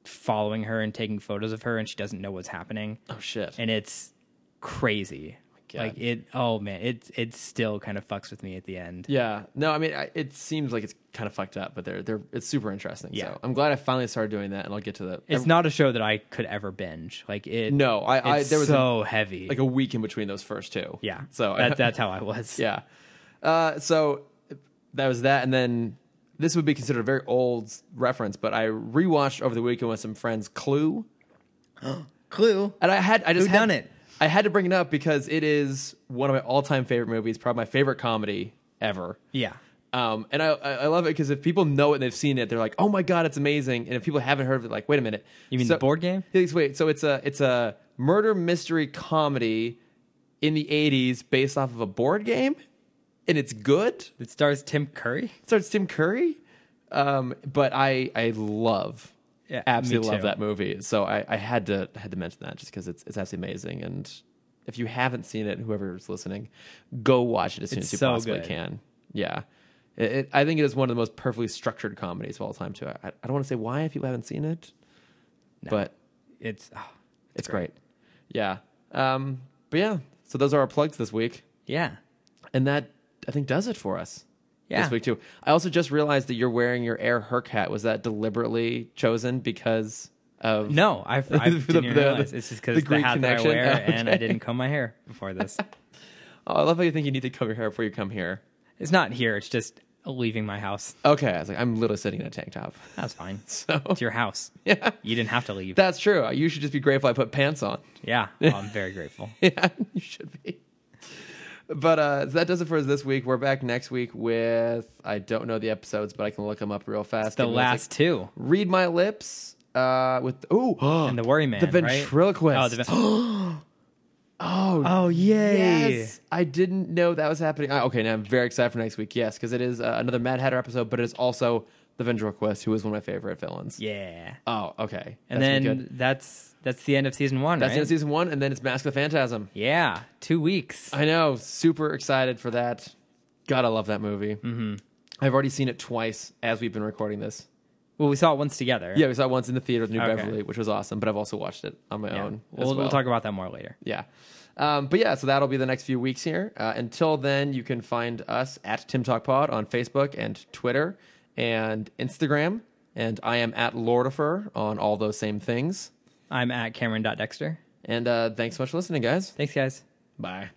Speaker 2: following her and taking photos of her and she doesn't know what's happening.
Speaker 1: Oh shit.
Speaker 2: And it's crazy.
Speaker 1: God.
Speaker 2: Like it oh man, it it still kind of fucks with me at the end.
Speaker 1: Yeah. No, I mean, I, it seems like it's kind of fucked up, but they're they're it's super interesting.
Speaker 2: Yeah.
Speaker 1: So I'm glad I finally started doing that, and I'll get to the.
Speaker 2: It's not a show that I could ever binge. Like it
Speaker 1: no, I, I
Speaker 2: it's
Speaker 1: there was a-
Speaker 2: so heavy.
Speaker 1: like a week in between those first two.
Speaker 2: yeah.
Speaker 1: So I-
Speaker 2: that, that's how I was.
Speaker 1: yeah. Uh, so that was that, and then this would be considered a very old reference, but I rewatched over the weekend with some friends Clue,
Speaker 5: Clue.
Speaker 1: and I had I just had,
Speaker 5: Whodunit?
Speaker 1: I had to bring it up because it is one of my all time favorite movies, probably my favorite comedy ever.
Speaker 2: Yeah.
Speaker 1: Um, and I, I I love it because if people know it and they've seen it, they're like, "Oh my god, it's amazing!" And if people haven't heard of it, like, "Wait a minute,
Speaker 2: You mean the board game?
Speaker 1: Yes, Wait, so it's a it's a murder mystery comedy in the '80s based off of a board game, and it's good.
Speaker 2: It stars Tim Curry.
Speaker 1: It starts Tim Curry, um, but I I love
Speaker 2: Yeah,
Speaker 1: absolutely
Speaker 2: me
Speaker 1: love
Speaker 2: too.
Speaker 1: that movie. So I, I had to I had to mention that just because it's it's absolutely amazing. And if you haven't seen it, whoever's listening, go watch it as soon
Speaker 2: It's
Speaker 1: as you
Speaker 2: so
Speaker 1: possibly
Speaker 2: good.
Speaker 1: can. Yeah. It, it, I think it is one of the most perfectly structured comedies of all time, too. I, I don't want to say why if people haven't seen it, but
Speaker 2: It's oh,
Speaker 1: it's great. Yeah. Um, but yeah, so those are our plugs this week.
Speaker 2: yeah.
Speaker 1: And that, I think, does it for us
Speaker 2: Yeah.
Speaker 1: this week, too. I also just realized that you're wearing your Air Herc hat. Was that deliberately chosen because of.
Speaker 2: No, I, I didn't
Speaker 1: The-
Speaker 2: even
Speaker 1: the-
Speaker 2: realize. It's just
Speaker 1: the
Speaker 2: because the,
Speaker 1: Greek
Speaker 2: hat
Speaker 1: connection.
Speaker 2: that I wear,
Speaker 1: Oh,
Speaker 2: and I didn't comb my hair before this.
Speaker 1: Oh, I love how you think you need to comb your hair before you come here.
Speaker 2: it's not here. It's just leaving my house.
Speaker 1: Okay. I was like, I'm literally sitting in a tank top.
Speaker 2: That's fine.
Speaker 1: So,
Speaker 2: It's your house.
Speaker 1: yeah.
Speaker 2: You didn't have to leave.
Speaker 1: That's true. You should just be grateful I put pants on.
Speaker 2: yeah, well, I'm very grateful.
Speaker 1: yeah, you should be. But uh, so that does it for us this week. We're back next week with I don't know the episodes, but I can look them up real fast.
Speaker 2: The
Speaker 1: Give me one
Speaker 2: last
Speaker 1: sec.
Speaker 2: two
Speaker 1: read my lips uh, with oh
Speaker 2: and the Worry Man,
Speaker 1: the
Speaker 2: right?
Speaker 1: ventriloquist.
Speaker 2: Oh, the ven-
Speaker 1: oh,
Speaker 2: oh, yay!
Speaker 1: yes, I didn't know that was happening. Ah, okay, now I'm very excited for next week. Yes, because it is uh, another Mad Hatter episode, but it is also the ventriloquist, who is one of my favorite villains.
Speaker 2: Yeah,
Speaker 1: Oh, okay,
Speaker 2: and
Speaker 1: That's really
Speaker 2: then
Speaker 1: good.
Speaker 2: that's that's the end of season one,
Speaker 1: that's the
Speaker 2: right?
Speaker 1: end of season one, and then it's Mask of the Phantasm.
Speaker 2: yeah, two weeks.
Speaker 1: I know. Super excited for that. Gotta love that movie. Mm-hmm. I've already seen it twice as we've been recording this.
Speaker 2: well, we saw it once together.
Speaker 1: Yeah, we saw it once in the theater with New
Speaker 2: Okay.
Speaker 1: Beverly, which was awesome, but I've also watched it on my
Speaker 2: Yeah.
Speaker 1: own. as
Speaker 2: We'll, we'll
Speaker 1: well.
Speaker 2: talk about that more later.
Speaker 1: Yeah. Um, but yeah, so that'll be the next few weeks here. Uh, until then, you can find us at Tim Talk Pod on Facebook and Twitter and Instagram. And I am at Lordifer on all those same things.
Speaker 2: I'm at Cameron.Dexter.
Speaker 1: And uh, thanks so much for listening, guys.
Speaker 2: Thanks, guys.
Speaker 1: Bye.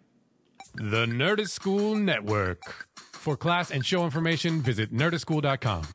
Speaker 6: The Nerdist School Network. For class and show information, visit nerdistschool.com.